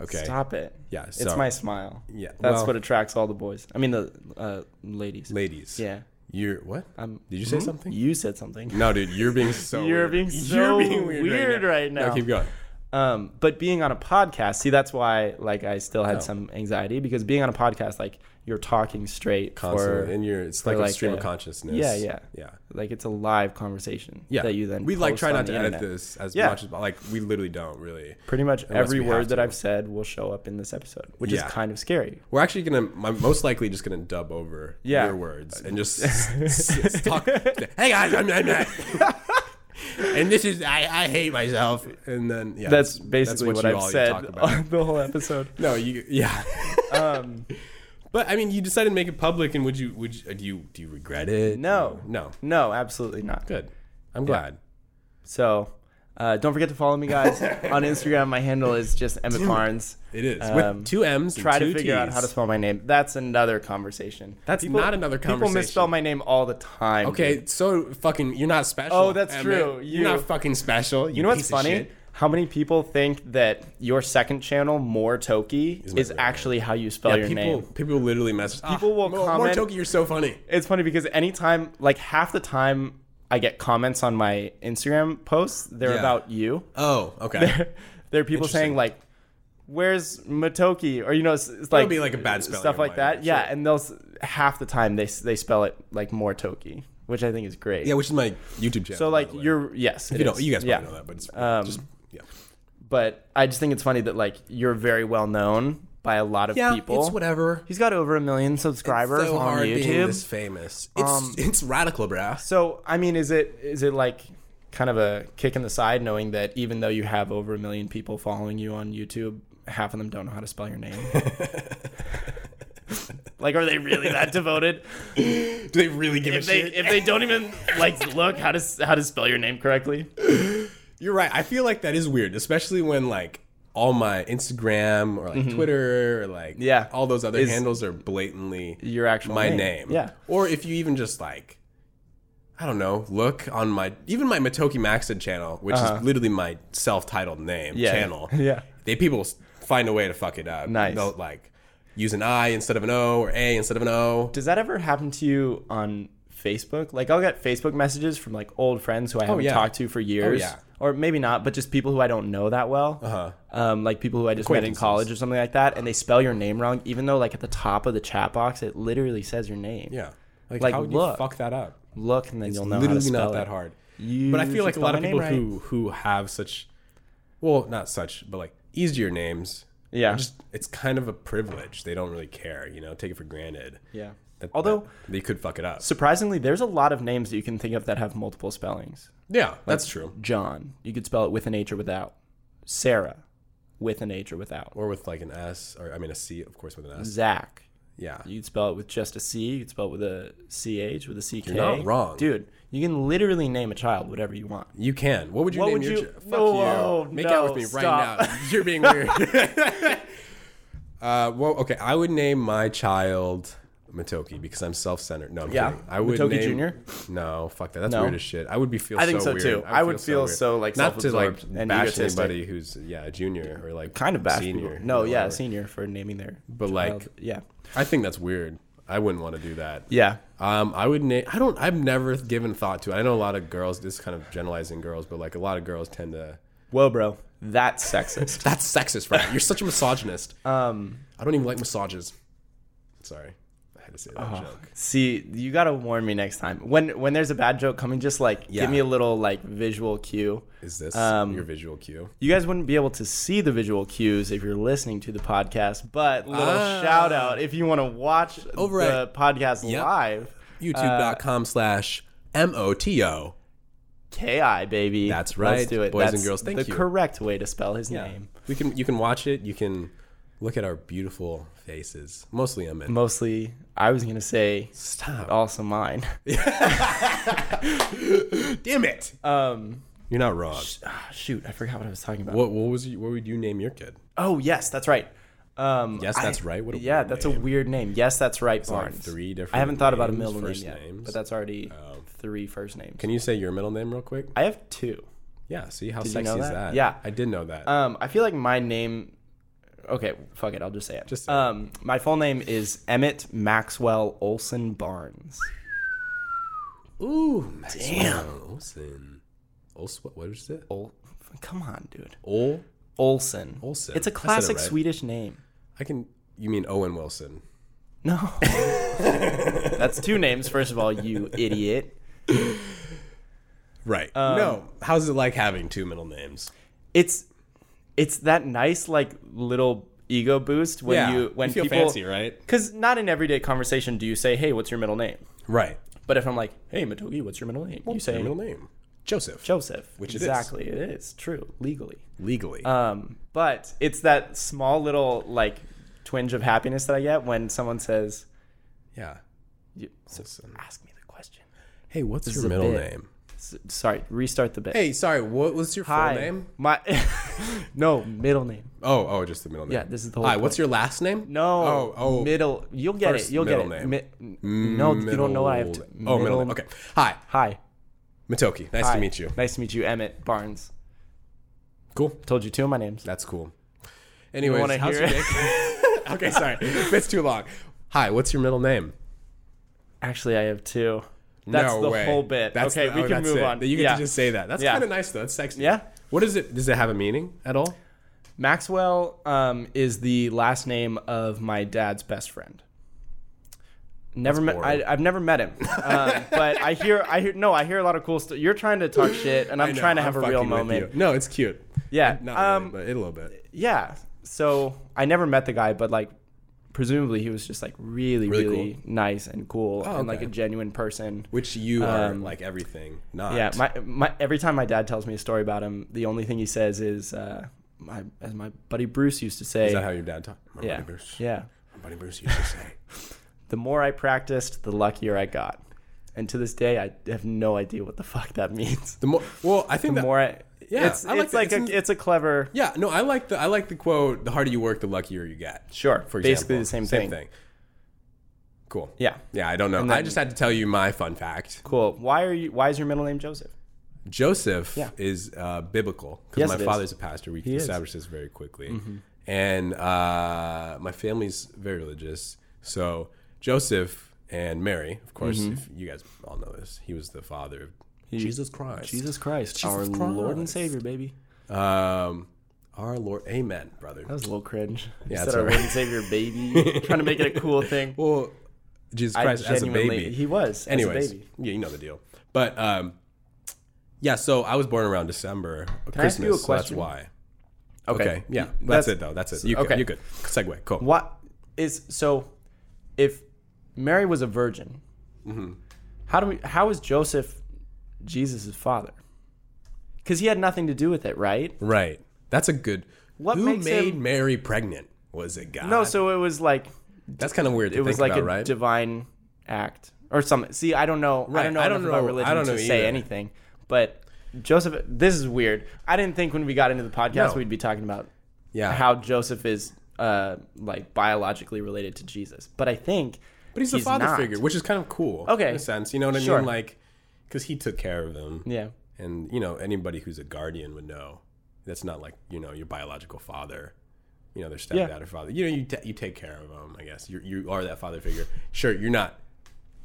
okay.
Stop it.
Yeah,
it's
so-
my smile.
Yeah,
that's
well-
what attracts all the boys. I mean the uh, ladies.
Ladies.
Yeah.
You're what?
Um,
Did you say something?
You said something.
No, dude, you're being so
[laughs] You're
weird.
being so weird right
No,
now.
keep going.
Um, but being on a podcast, see, that's why like I still
Oh.
had some anxiety because being on a podcast, like you're talking straight
Constantly.
for
and you're it's like,
for
a
like
stream
a-
of consciousness.
yeah, yeah.
Yeah.
like it's a live conversation
Yeah.
that you then
we like
post
try
on
not to
the
edit
internet.
this as
Yeah.
much as like we literally don't really.
Pretty much
Unless
every
we have
word that
to.
I've said will show up in this episode, which
Yeah.
is kind of scary.
We're actually gonna I'm most likely just gonna dub over
Yeah.
your words and
[laughs]
just s- s- talk. Hey guys, I'm, I'm,
[laughs]
and this is I, I hate myself. And then yeah,
That's basically
you
what
all
I've said
talk
[laughs]
about.
on the whole episode.
No, you yeah.
Um,
[laughs] But I mean, you decided to make it public, and would you would you, uh, do you do you regret it?
No.
no.
no, absolutely not.
Good. I'm glad.
So uh, don't forget to follow
[laughs]
me, guys, on Instagram. My handle is just Emmett Barnes.
It is
Um,
with two M's.
Try
and
to
two
figure out
T's.
how to spell my name. That's another conversation.
That's not another
People
conversation.
misspell my name all the time. dude.
Okay, so fucking, you're not special.
Oh, that's
Emmett.
true.
You're
You-
not fucking special.
You know what's funny? How many people think that your second channel, More Toki, is,
my real name.
actually how you spell your
people,
name?
people literally mess.
People will
more,
comment-
More Toki, you're so funny.
It's funny because anytime, like half the time, I get comments on my Instagram posts, they're
Yeah.
about you.
Oh, okay.
[laughs] there are people saying
Interesting.
like, "Where's Motoki?" or you know, it's, it's like
would be, like, a bad spelling
stuff
of
like
mine,
that.
I'm
Yeah,
sure.
and they'll s- half the time they s- they spell it like More Toki, which I think is great.
yeah, which is my YouTube channel.
so
by
like
the way.
you're yes,
you
it
don't,
is.
you guys
yeah. Um,
probably know that, but it's just yeah.
but I just think it's funny that like you're very well known by a lot of
Yeah,
people.
it's whatever.
He's got over a million subscribers
so
on
hard being
YouTube. Um,
this famous. It's it's radical, bruh. [laughs]
so I mean, is it is it like kind of a kick in the side knowing that even though you have over a million people following you on YouTube, half of them don't know how to spell your [laughs] name? like, are they really that devoted?
Do they really give a
If they
shit?
if they don't even like look how to s- how to spell your name correctly?
You're right. I feel like that is weird, especially when like all my Instagram or like Twitter or like
Mm-hmm. Yeah.
all those other
Is-
handles are blatantly
Your actual
my name.
name. Yeah.
Or if you even just like I don't know, look on my even my Matoki Maxid channel, which is literally my self-titled name
Uh-huh. Yeah.
channel.
[laughs] Yeah.
They people s- find a way to fuck it up.
Nice.
They'll like use an I instead of an O or A instead of an O.
Does that ever happen to you on Facebook? Like I'll get Facebook messages from like old friends who I
Oh,
haven't
yeah.
talked to for years.
yeah.
Or maybe not, but just people who I don't know that well. Uh-huh. Um, like people who I just met in
Acquaintances.
college or something like that, and they spell your name wrong, even though like at the top of the chat box it literally says your name.
Yeah. Like,
Like,
how would you
look.
fuck that up?
Look, and then you'll know how to
literally
spell
not that
it.
hard.
You
but I feel
should
like a lot
spell
of
my
people
name
who who have such, well, not such, but like easier names.
Yeah.
just it's kind of a privilege. They don't really care, you know. Take it for granted.
Yeah.
That,
Although-
that they could fuck it up.
Surprisingly, there's a lot of names that you can think of that have multiple spellings.
yeah, that's true.
John, you could spell it with an H or without. Sarah, with an H or without.
Or with like an S, or I mean a C, of course, with an S.
Zach,
Yeah,
You could spell it with just a C. You could spell it with a CH, with a CK. You're
not wrong.
Dude, you can literally name a child whatever you want.
you can. What would you
What
name
would
your?
you-
ch- Fuck
No, oh,
you. Make
no,
out with me right
stop.
now. [laughs] You're
[laughs]
being weird. uh, well, okay. I would name my child. Matoki because I'm self-centered. No, I'm
Yeah.
kidding. I would
Matoki
name-
Jr.?
No, fuck that. That's
No.
weird as shit. I would be feel.
I think so,
weird.
too. I would feel
weird.
so, like,
not to like
self-absorbed and
bash
egotistic.
anybody who's yeah a junior or like
kind of bash people.
senior.
No,
or
yeah,
whatever.
senior for naming their.
But, like-
yeah,
I think that's weird. I wouldn't want to do that.
yeah.
Um, I would name. I don't. I've never given thought to. it. I know a lot of girls. This is kind of generalizing girls, but like a lot of girls tend to.
Whoa, bro, that's
[laughs]
sexist.
That's sexist, right? You're such a misogynist.
um,
[laughs] I don't even like massages. Sorry, I had to say that joke.
see, you gotta warn me next time when when there's a bad joke coming. Just like
Yeah.
give me a little like visual cue.
Is this
Um,
your visual cue?
You guys wouldn't be able to see the visual cues if you're listening to the podcast, but little
Ah.
shout out if you want to watch
Over
the
at-
podcast
Yep.
live.
YouTube.com slash M O T O.
Ki baby,
That's right,
Let's do it,
boys and
That's
girls, thank
the
you.
correct way to spell his name.
We can you can watch it. You can look at our beautiful faces. Mostly Emmett.
Mostly, I was gonna say
Stop. [laughs]
also mine.
Damn it.
Um,
You're not wrong.
ah, shoot, I forgot what I was talking about.
What what was you, what would you name your kid?
Oh yes, that's right. Um,
Yes,
I-
that's right. What a
yeah,
weird
that's
name.
a weird name. Yes, that's right.
like
Barnes.
three different
I haven't thought about a
names,
middle name
first
yet,
names. Um,
but that's already three first names.
Can you say your middle name real quick?
I have two.
Yeah. See how
you
sexy
know
is
that?
that?
Yeah.
I did know that.
Um, I feel like my name. Okay, fuck it. I'll just say it.
Just say it.
um, my full name is Emmett Maxwell Olson Barnes.
Ooh, damn. Olsen. Olsen. What was it?
Ol- come on, dude.
Ol.
Olson.
Olsen.
It's a
I said it
classic
right.
Swedish name.
I can. You mean Owen Wilson?
No. [laughs] That's two names, first of all, you idiot.
Right.
Um,
no. How's it like having two middle names?
It's it's that nice like little ego boost when
Yeah,
you when
you feel
people
fancy, right?
Cuz not in everyday conversation do you say, "Hey, what's your middle name?"
Right.
But if I'm like, "Hey, Matogi, what's your middle name?" you
Your
say
middle name Joseph.
Joseph.
Which it is.
exactly it is true legally.
Legally.
Um, but it's that small little like twinge of happiness that I get when someone says,
yeah.
you, so "Ask me the question."
Hey, what's
is
your
a
middle
bit.
name?
S- sorry, restart the bit.
Hey, sorry. What was your
Hi.
full name?
My
[laughs]
no middle name.
Oh, oh, just the middle name.
Yeah, this is the whole
Hi. What's your last name?
No.
Oh, oh.
Middle. You'll get
First
it. You'll get
middle
it.
name.
Mi- no, you don't know what I have. To,
oh, middle name. Okay. Hi,
Hi.
Matoki. Nice
Hi.
to meet you.
Nice to meet you, Emmett Barnes.
Cool.
Told you two of my names.
That's cool. Anyways,
wanna
how's
hear
your dick? [laughs] okay, sorry. That's too long. Hi. What's your middle name?
Actually, I have two. That's
no
the
way.
whole bit.
That's
okay,
the-
we
oh,
can
that's
move
it.
on.
You get
yeah.
to just say that. That's
Yeah.
kind of nice though. That's sexy.
Yeah.
What is it? Does it have a meaning at all?
Maxwell um, is the last name of my dad's best friend. Never met.
boring.
I, I've never
[laughs]
met him, um, but I hear. I hear. No, I hear a lot of cool stuff. You're trying to talk shit, and I'm
I know,
trying to have
I'm
a real
fucking with
moment.
you. No, it's cute.
Yeah.
Not
um.
really, but a little bit.
Yeah. So I never met the guy, but like, presumably he was just like really,
Really Oh,
really, nice and cool, and like
okay.
a genuine person.
Which you are like everything. Not.
um, Yeah, my my every time my dad tells me a story about him, the only thing he says is, uh, my, as my buddy Bruce used to say,
is that how your dad talked? My
yeah,
buddy Bruce.
yeah.
My buddy Bruce used to say.
The more I practiced, the luckier I got, and to this day, I have no idea what the fuck
[laughs]
that means.
The more. Well, I think
The
that-
more I,
Yeah,
it's,
I like
it's
that.
like
It's in-
a, it's a clever,
Yeah. No, I like the I like the quote. The harder you work, the luckier you get.
sure,
For example.
basically the same,
Same
thing.
thing. Cool.
Yeah,
Yeah, I don't know.
And
I
then-
just had to tell you my fun fact.
cool. Why are you? Why is your middle name Joseph?
Joseph
Yeah.
is uh, biblical because
Yes,
my
it is.
father's a pastor. We
is. Mm-hmm.
established this very quickly, and uh, my family's very religious. So Joseph and Mary, of course,
Mm-hmm.
if you guys all know this. He was the father of Jesus Christ.
Jesus Christ, our
Jesus
Lord and
Christ.
Savior, baby.
um, our Lord. Amen, brother.
That was a little cringe. You
Yeah,
said
it's
our
all right.
Lord and Savior,
[laughs]
baby. Trying to make it a cool thing.
Well, Jesus Christ as a
genuinely-
baby.
he was.
Anyways,
as a baby.
yeah, you know the deal. But um, yeah, so I was born around December,
I ask
Christmas.
you
so
a
that's
question?
why.
Okay.
Okay. Yeah. That's, it though. That's it. You could,
okay.
You could. Segue. Cool.
What is so? If Mary was a virgin,
Mm-hmm.
how do we? How is Joseph Jesus' father? Because he had nothing to do with it, right?
Right. That's a good.
What
Who
makes
made
him-
Mary pregnant? Was it God?
No, so it was like
that's kind of weird. To
it was
think
like
about,
a
right?
divine act or something. See, I don't know.
Right,
I don't know.
I don't
enough about
know-
religion
I don't
to
know
say
either.
anything, but. Joseph, this is weird. I didn't think when we got into the podcast
No.
we'd be talking about
yeah.
how Joseph is uh, like biologically related to Jesus. But I think
But he's a
He's
father
not.
figure, which is kind of cool.
Okay.
in a sense, you know what I
Sure.
mean? Like, because he took care of them,
Yeah.
and you know anybody who's a guardian would know that's not like you know your biological father. You know their stepdad or father. You know you ta you take care of them. I guess you you are that father figure. Sure, you're not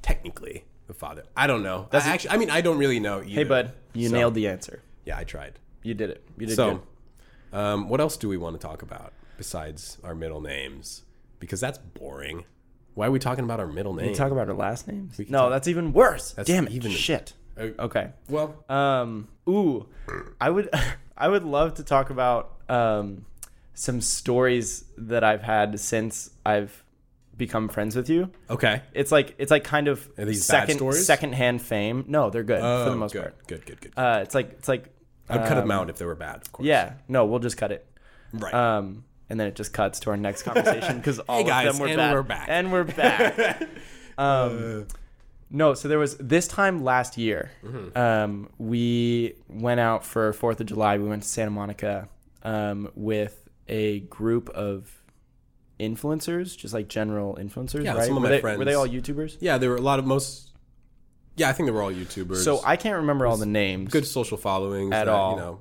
technically the father. I don't know. That's actually. I mean, I don't really know either.
Hey, bud, you nailed the answer.
Yeah, I tried.
You did it. You did
So,
good.
um, what else do we want to talk about besides our middle names? Because that's boring. Why are we talking about our middle name?
Talk about her last names. No, that's even worse. Damn it.
even-
shit.
Uh,
Okay.
well,
Um. Ooh, I would. [laughs] I would love to talk about um some stories that I've had since I've become friends with you.
okay.
It's like it's like kind of
Are these bad
second
stories?
secondhand fame. No, they're good for the
Oh,
most
good,
part.
good, good, good.
Uh, it's like it's like
I'd cut them out if they were bad, of course.
yeah. No, we'll just cut it.
Right.
Um, and then it just cuts to
[laughs]
our next conversation because all
guys,
of them were
and
bad.
we're back. Uh.
And
[laughs]
we're back. um, no, so there was this time last year.
Mm-hmm.
Um, we went out for Fourth of July. We went to Santa Monica um, with a group of influencers, just like general influencers.
Yeah,
right?
some of
were
my
they,
friends.
Were they all YouTubers?
yeah, there were a lot of most. Yeah, I think they were all YouTubers.
So I can't remember all the names.
good social followings
At
that,
all.
You know,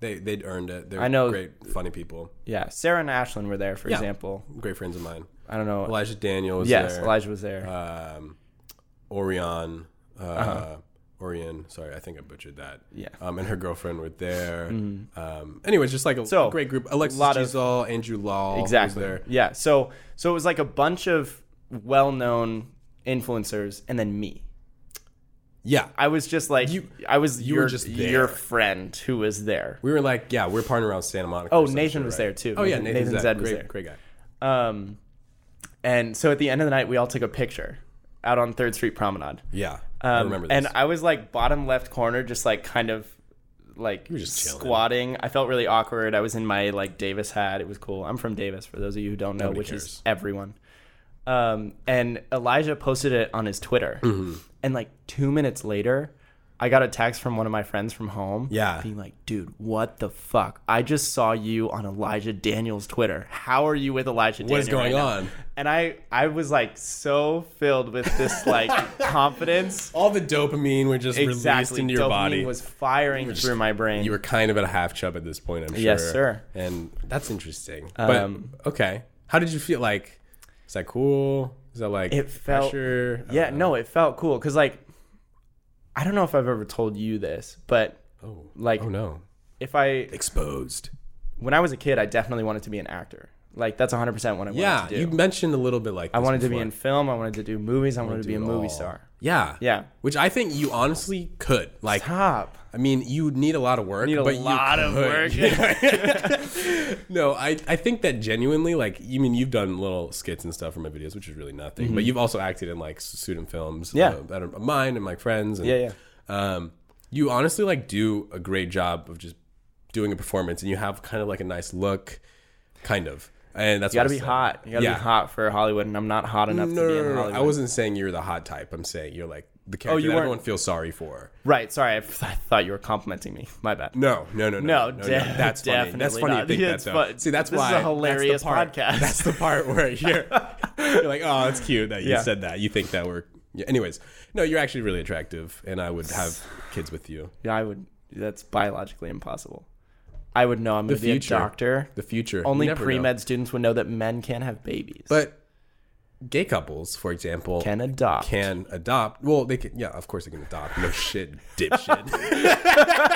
they they'd earned it. They're
I know-
great, funny people,
Yeah, Sarah and Ashlyn were there, for
Yeah.
example.
great friends of mine.
I don't know.
Elijah Daniel was
yes,
there.
Elijah was there.
um, Orion, uh, Orion. Sorry, I think I butchered that.
Yeah. Mm-hmm.
Um, and her girlfriend were there. Um, anyways, just like a
So,
great group. Alexis
lot of-
Giselle, Andrew Law.
exactly
Was there.
yeah so so it was like a bunch of well-known influencers and then me
Yeah.
i was just like
You-
i was
you
your,
were just there.
your friend who was there
We were like, yeah, we're partnering around Santa Monica.
oh
or some
nathan
shit,
was
right?
there too
Oh yeah, Nathan, Zed.
was
great,
there
great guy.
um and so at the end of the night we all took a picture out on third street promenade
Yeah, I
um,
remember this.
and i was like bottom left corner just like kind of like
just chilling.
squatting i felt really awkward i was in my like davis hat it was cool i'm from davis for those of you who don't know which
cares.
is everyone um, and elijah posted it on his twitter
Mm-hmm.
and like two minutes later i got a text from one of my friends from home
Yeah.
being like dude what the fuck i just saw you on elijah daniels twitter how are you with elijah
What is
Daniel
going
right now?"
on?
and i i was like so filled with
[laughs]
this like confidence
All the dopamine were just released
exactly
into your
dopamine
body.
was firing through my brain
you were kind of at a half chub at this point, I'm sure.
Yes, sir.
And that's interesting. But
Um,
okay, how did you feel? Like, is that cool? Is that like
It felt-
pressure? I
yeah
don't know.
no it felt cool because like i don't know if i've ever told you this but
Oh,
like
oh no,
if i
exposed.
when i was a kid i definitely wanted to be an actor like that's 100% what i
Yeah,
wanted to do
you mentioned a little bit like
i wanted to be in film i wanted to do movies i wanted to be a movie star
Yeah,
yeah
Which I think you honestly could. Like,
top
I mean, you need a lot of work.
need a
but you
lot of
could.
[laughs] work
[laughs] No, I, I think that genuinely, like, you mean you've done little skits and stuff for my videos, which is really nothing, but you've also acted in like student films,
Mhm. Yeah.
uh, that are mine and my friends, and
Yeah, yeah.
Um, you honestly like do a great job of just doing a performance, and you have kind of like a nice look, kind of, and that's
you gotta
[laughs] what I
be
said.
hot you gotta
Yeah.
be hot for hollywood and i'm not hot enough
No,
to
no,
be
no,
in
no, no,
hollywood Oh,
I wasn't saying you're the hot type. I'm saying you're like the character
you
that
weren't-
everyone feels sorry for.
right sorry [laughs] I, I thought you were complimenting me my bad
No, no, no, no,
No,
no,
de-
That's funny.
definitely
that's funny.
not.
To think
It's
that, though.
fun-
See, that's
this is
why
a
that's
hilarious
the part,
podcast.
That's the part
[laughs]
where you're, you're like, oh, it's cute that you
Yeah.
said that. You think that we're. Yeah. Anyways, no, you're actually really attractive, and I would
[laughs]
have kids with you.
Yeah, I would. That's biologically impossible. I would know I'm going to be a
future.
doctor.
The future you
Only
never know.
pre med students would know that men can't have babies.
but gay couples, for example,
can adopt.
can adopt. Well, they can. Yeah, of course they can adopt. No shit,
[laughs]
dipshit. [laughs]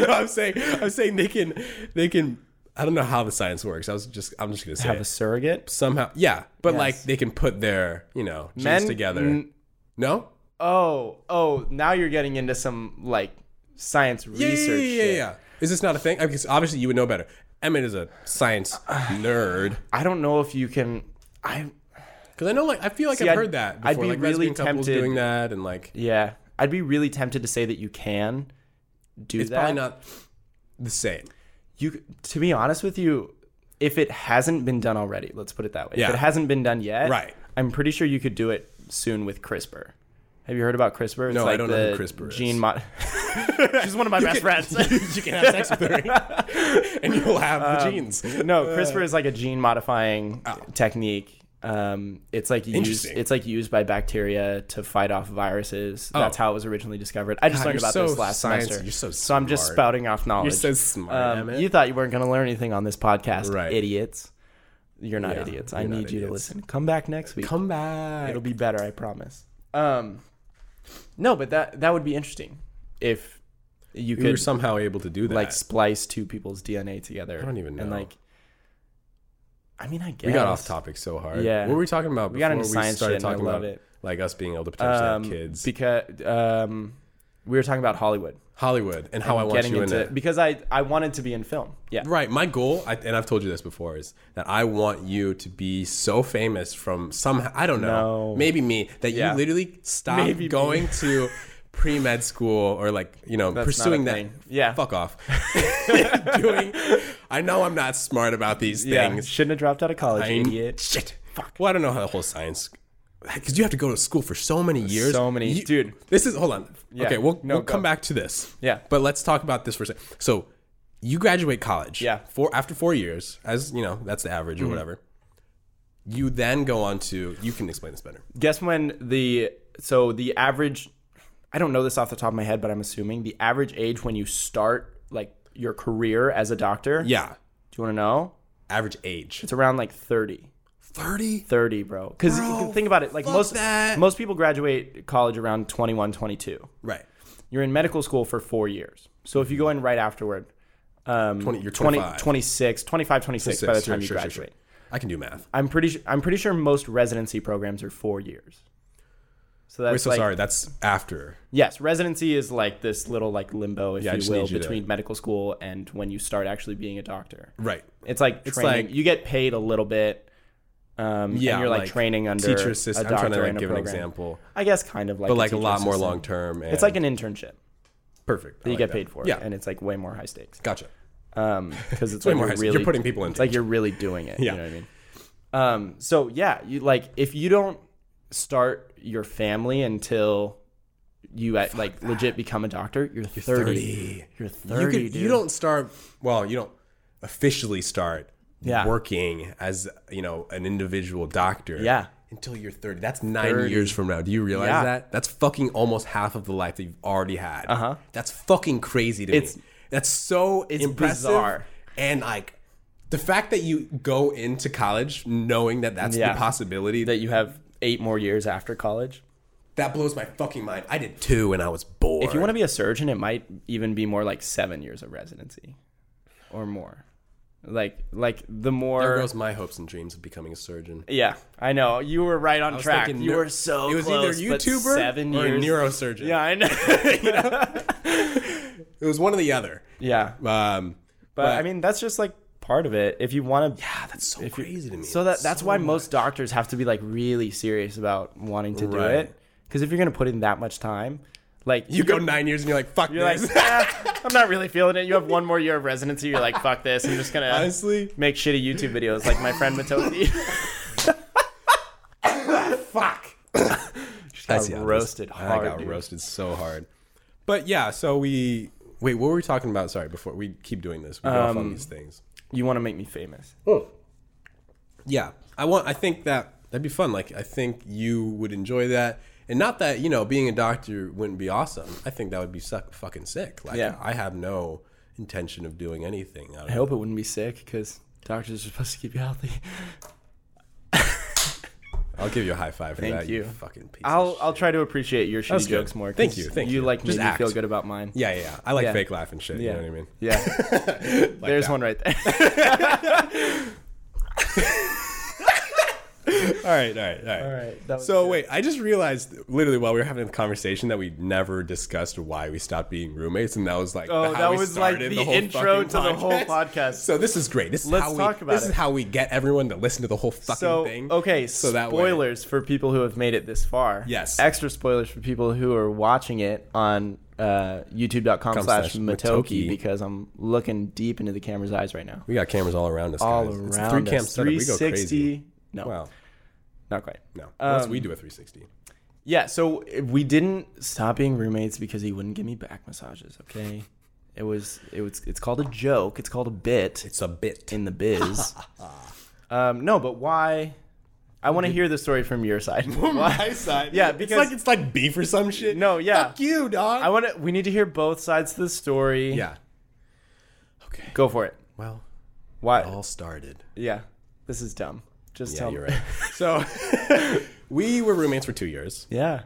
no, I'm saying, I'm saying they can, they can. I don't know how the science works. I was just, I'm just gonna say
have
it.
a surrogate.
somehow. Yeah, but like
Yes.
they can put their you know genes
Men-
together.
n-
no.
oh, oh, now you're getting into some like science research.
yeah, yeah, yeah,
shit.
yeah. Is this not a thing? Because obviously you would know better. Emmett is a
[sighs]
science nerd.
I don't know if you can. I
Because I know, like, I feel like
See,
I've
I'd-
heard that before.
I'd be
like,
really
lesbian couples
tempted-
doing that, and like,
yeah, I'd be really tempted to say that you can do
it's
that.
probably not the
[laughs]
same.
You, to be honest with you, if it hasn't been done already, let's put it that way.
Yeah.
If it hasn't been done yet,
Right.
I'm pretty sure you could do it soon with CRISPR. Have you heard about CRISPR? It's
No, I don't know who
the
CRISPR is. [laughs]
Gene mod. [laughs] She's one of my best friends.
You can have sex with her, [laughs]
Um, [laughs]
and you'll have the genes.
no, CRISPR is like a gene modifying technique Um, it's like used.
Oh. Interesting.
It's like used by bacteria to fight off viruses. That's how it was originally discovered. I just
Oh. God,
learned
you're
about
so
this last
science-
semester.
you're so
so I'm just
smart.
spouting off knowledge. Um,
so smart, Emmett.
you thought you weren't going to learn anything on this podcast,
Right.
idiots. You're not
Yeah,
idiots. I
you're not
need you
idiots.
to listen. Come back next week.
Come back.
It'll be better, I promise. Um, no, but that that would be interesting if you
we were
could
somehow able to do that.
like splice two people's DNA together. I
don't even
And
know.
like, I mean, I guess
we got off topic so hard.
Yeah.
What were we talking about
We got
before
into science
started
shit and I
talking
love
about
it.
like us being able to potentially
Um,
have kids?
because um, we were talking about Hollywood.
Hollywood and how I want
getting
you in
into
it.
because I I wanted to be in film. Yeah,
Right. My goal, I, and I've told you this before, is that I want you to be so famous from some, I don't know,
No.
maybe me, that
Yeah.
you literally stop
Maybe me. [laughs]
going to pre med school or like, you know,
That's not
pursuing
a
that.
thing. Yeah.
Fuck off. [laughs] Doing, I know I'm not smart about these
yeah.
things.
Shouldn't have dropped out of college,
I-
idiot.
Shit. Fuck. Well, I don't know how the whole science. Because you have to go to school for so many years.
So many-
You-
dude.
This is hold on.
Yeah.
Okay, we'll
No,
we'll come
go.
back to this.
Yeah.
But let's talk about this for a second. So, you graduate college.
Yeah. Mm-hmm.
Four after four years, as you know, that's the average or whatever. You then go on to. You can explain this better.
Guess when the so the average I don't know this off the top of my head, but I'm assuming the average age when you start like your career as a doctor.
Yeah.
Do you want to know?
Average age.
It's around like 30.
Thirty.
30, bro. Cuz you
Bro,
can think about it like
fuck
most
that.
most people graduate college around 21, 22.
Right.
You're in medical school for 4 years. So if you go in right afterward, um
20 you're 25.
26, 25, 26 by the
Sure,
time you
sure, sure,
graduate.
sure. I can do math.
I'm pretty sure, I'm pretty sure most residency programs are 4 years. So that's
Wait, so
like
sorry. That's after.
Yes, residency is like this little like limbo, if
I
you
just
will,
need you to-
between medical school and when you start actually being a doctor.
Right.
It's like training.
like-
you get paid a little bit. Um, yeah,
Yeah.
and you're like, training under
teacher assistant.
A
I'm
doctor
trying to like
in a
give an
program.
example,
I guess kind of like,
but like a
teacher
lot more
assistant.
long term.
It's like an internship
perfect. I
that you
like
get
that.
paid for,
Yeah.
and it's like way more
[laughs]
high stakes.
Gotcha.
Um, because it's
way
like
more
you're
high stakes.
really
You're putting people in
It's like you're really doing it.
Yeah.
You know what I mean? Um, so yeah, you like if you don't start your family until you at, like legit become a doctor, you're 30.
30. You,
You're 30,
could,
dude.
you don't start, well, you don't officially start
Yeah.
working as, you know, an individual doctor.
Yeah.
Until you're 30. That's nine
30.
years from now. Do you realize
Yeah.
that? That's fucking almost half of the life that you've already had. Uh huh. That's fucking crazy to
Uh-huh. It's-
me. That's so
it's
impressive.
bizarre.
And like, the fact that you go into college knowing that that's
Yeah.
the possibility
that you have eight more years after college.
that blows my fucking mind. I did two and I was bored.
If you want to be a surgeon, it might even be more like seven years of residency or more. Like, like the
there
more.
goes my hopes and dreams of becoming a surgeon.
yeah, I know you were right on track.
thinking
You
neu-
were so.
It was
close,
either
but
YouTuber
seven
or
years.
neurosurgeon.
yeah, I know. [laughs]
It was one or the other.
yeah, but,
Um,
I mean that's just like part of it. If you want to,
ah, that's so crazy to me.
so that that's why most doctors have to be like really serious about wanting to do
Right.
it. Because if you're gonna put in that much time, like
you go nine years and you're like, fuck
[laughs] You're [laughs] like,
this. [laughs]
"Ah, I'm not really feeling it. You have one more year of residency. You're like, fuck this. I'm just gonna
Honestly,
make shitty YouTube videos like my friend [laughs] Matosi. [laughs]
fuck.
got
see how it is.
roasted hard,
I got
dude.
roasted so hard. But yeah, so we wait. What were we talking about? Sorry, before we keep doing this, we go
Um,
off on these things.
you want to make me famous?
Yeah, I want. I think that that'd be fun. Like, I think you would enjoy that. And not that you know, being a doctor wouldn't be awesome. I think that would be suck, fucking sick. Like,
Yeah.
I have no intention of doing anything. Out
I
of
hope it wouldn't be sick because doctors are supposed to keep you healthy.
I'll give you a high five for
Thank
that.
you.
fucking piece. of
[laughs] I'll I'll try to appreciate your shitty
was good.
jokes more.
Thank
'cause
you, thank
you
you.
like
Just
made me
act.
feel good about [laughs] mine.
Yeah, yeah, yeah. I like
Yeah.
fake laugh and shit. You
Yeah.
know what I mean?
Yeah. There's
that.
one right there.
All right, all right, all right.
All right, that was
so
good.
wait, I just realized literally while we were having the conversation that we never discussed why we stopped being roommates, and that was like
Oh,
how
that
we
was like
started
the,
whole
intro
fucking
to the whole podcast.
So this is great. This is
Let's
how we,
talk about
This
it.
is how we get everyone to listen to the whole fucking
so
thing.
okay,
So that way-
spoilers for people who have made it this far.
Yes.
extra spoilers for people who are watching it on uh, YouTube.com slash
slash Matoki.
Matoki because I'm looking deep into the camera's eyes right now.
We got cameras all around us.
All
guys. It's a
around
three-cam
us,
setup. We go crazy.
360. No,
Wow.
not quite.
No. Unless we
Um,
do a 360.
Yeah, so we didn't stop being roommates because he wouldn't give me back massages. Okay, it was it was it's called a joke. [laughs] It's called a bit
[laughs] It's a bit.
in the biz. um, no, but why? I want to hear the story from your side.
[laughs] my side.
Yeah,
it's
because-
like it's like beef or some shit.
No, yeah.
Fuck you, dog.
[laughs] I want to. We need to hear both sides to the story.
yeah. Okay.
Go for it.
Well,
Why?
it all started.
Yeah. This is dumb.
Oh.
Just
Yeah,
tell
you're
me.
right. [laughs] So [laughs] we were roommates for two years.
[laughs] Yeah.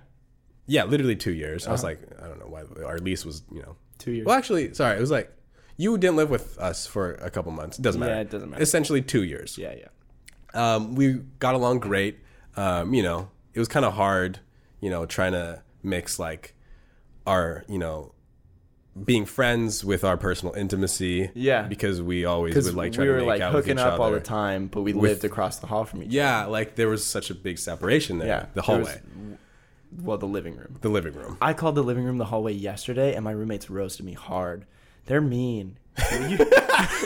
Yeah, literally two years. I was like, I don't know why our lease was, you know,
Uh-huh. Two years.
Well, actually, sorry, it was like you didn't live with us for a couple months. It doesn't
Yeah,
matter.
it doesn't matter.
Essentially, two years.
Yeah, yeah.
Um, we got along great. Um, you know, it was kind of hard. You know, trying to mix like our, you know, being friends with our personal intimacy.
Yeah.
because we always
Because
would like try
we were
to make
like
out
hooking
with each
up
other.
all the time, but we lived across the hall from each.
Yeah, like there was such a big separation there.
other.
the
There was-
hallway,
well, the living room.
the living room.
I called the living room the hallway yesterday, and my roommates roasted me hard. They're mean.
[laughs]
[laughs]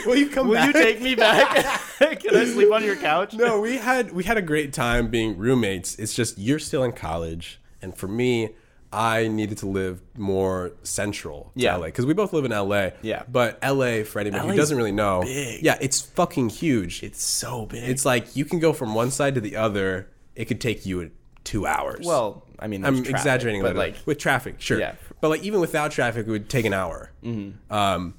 Will you come
Will
back?
you take me back? [laughs] Can I sleep on your
[laughs]
couch?
no, we had we had a great time being roommates. It's just you're still in college, and for me, I needed to live more central to
Yeah.
LA because we both live in LA.
Yeah.
but LA for anybody who
LA 's
doesn't really know,
big.
yeah, it's fucking huge. It's
It's so big.
it's like you can go from one side to the other. It could take you two hours.
well, I mean,
I'm
there's traffic,
exaggerating a
but
little.
like,
Like, with traffic, sure.
Yeah. Mm-hmm.
But like even without traffic, it would take an hour. Um,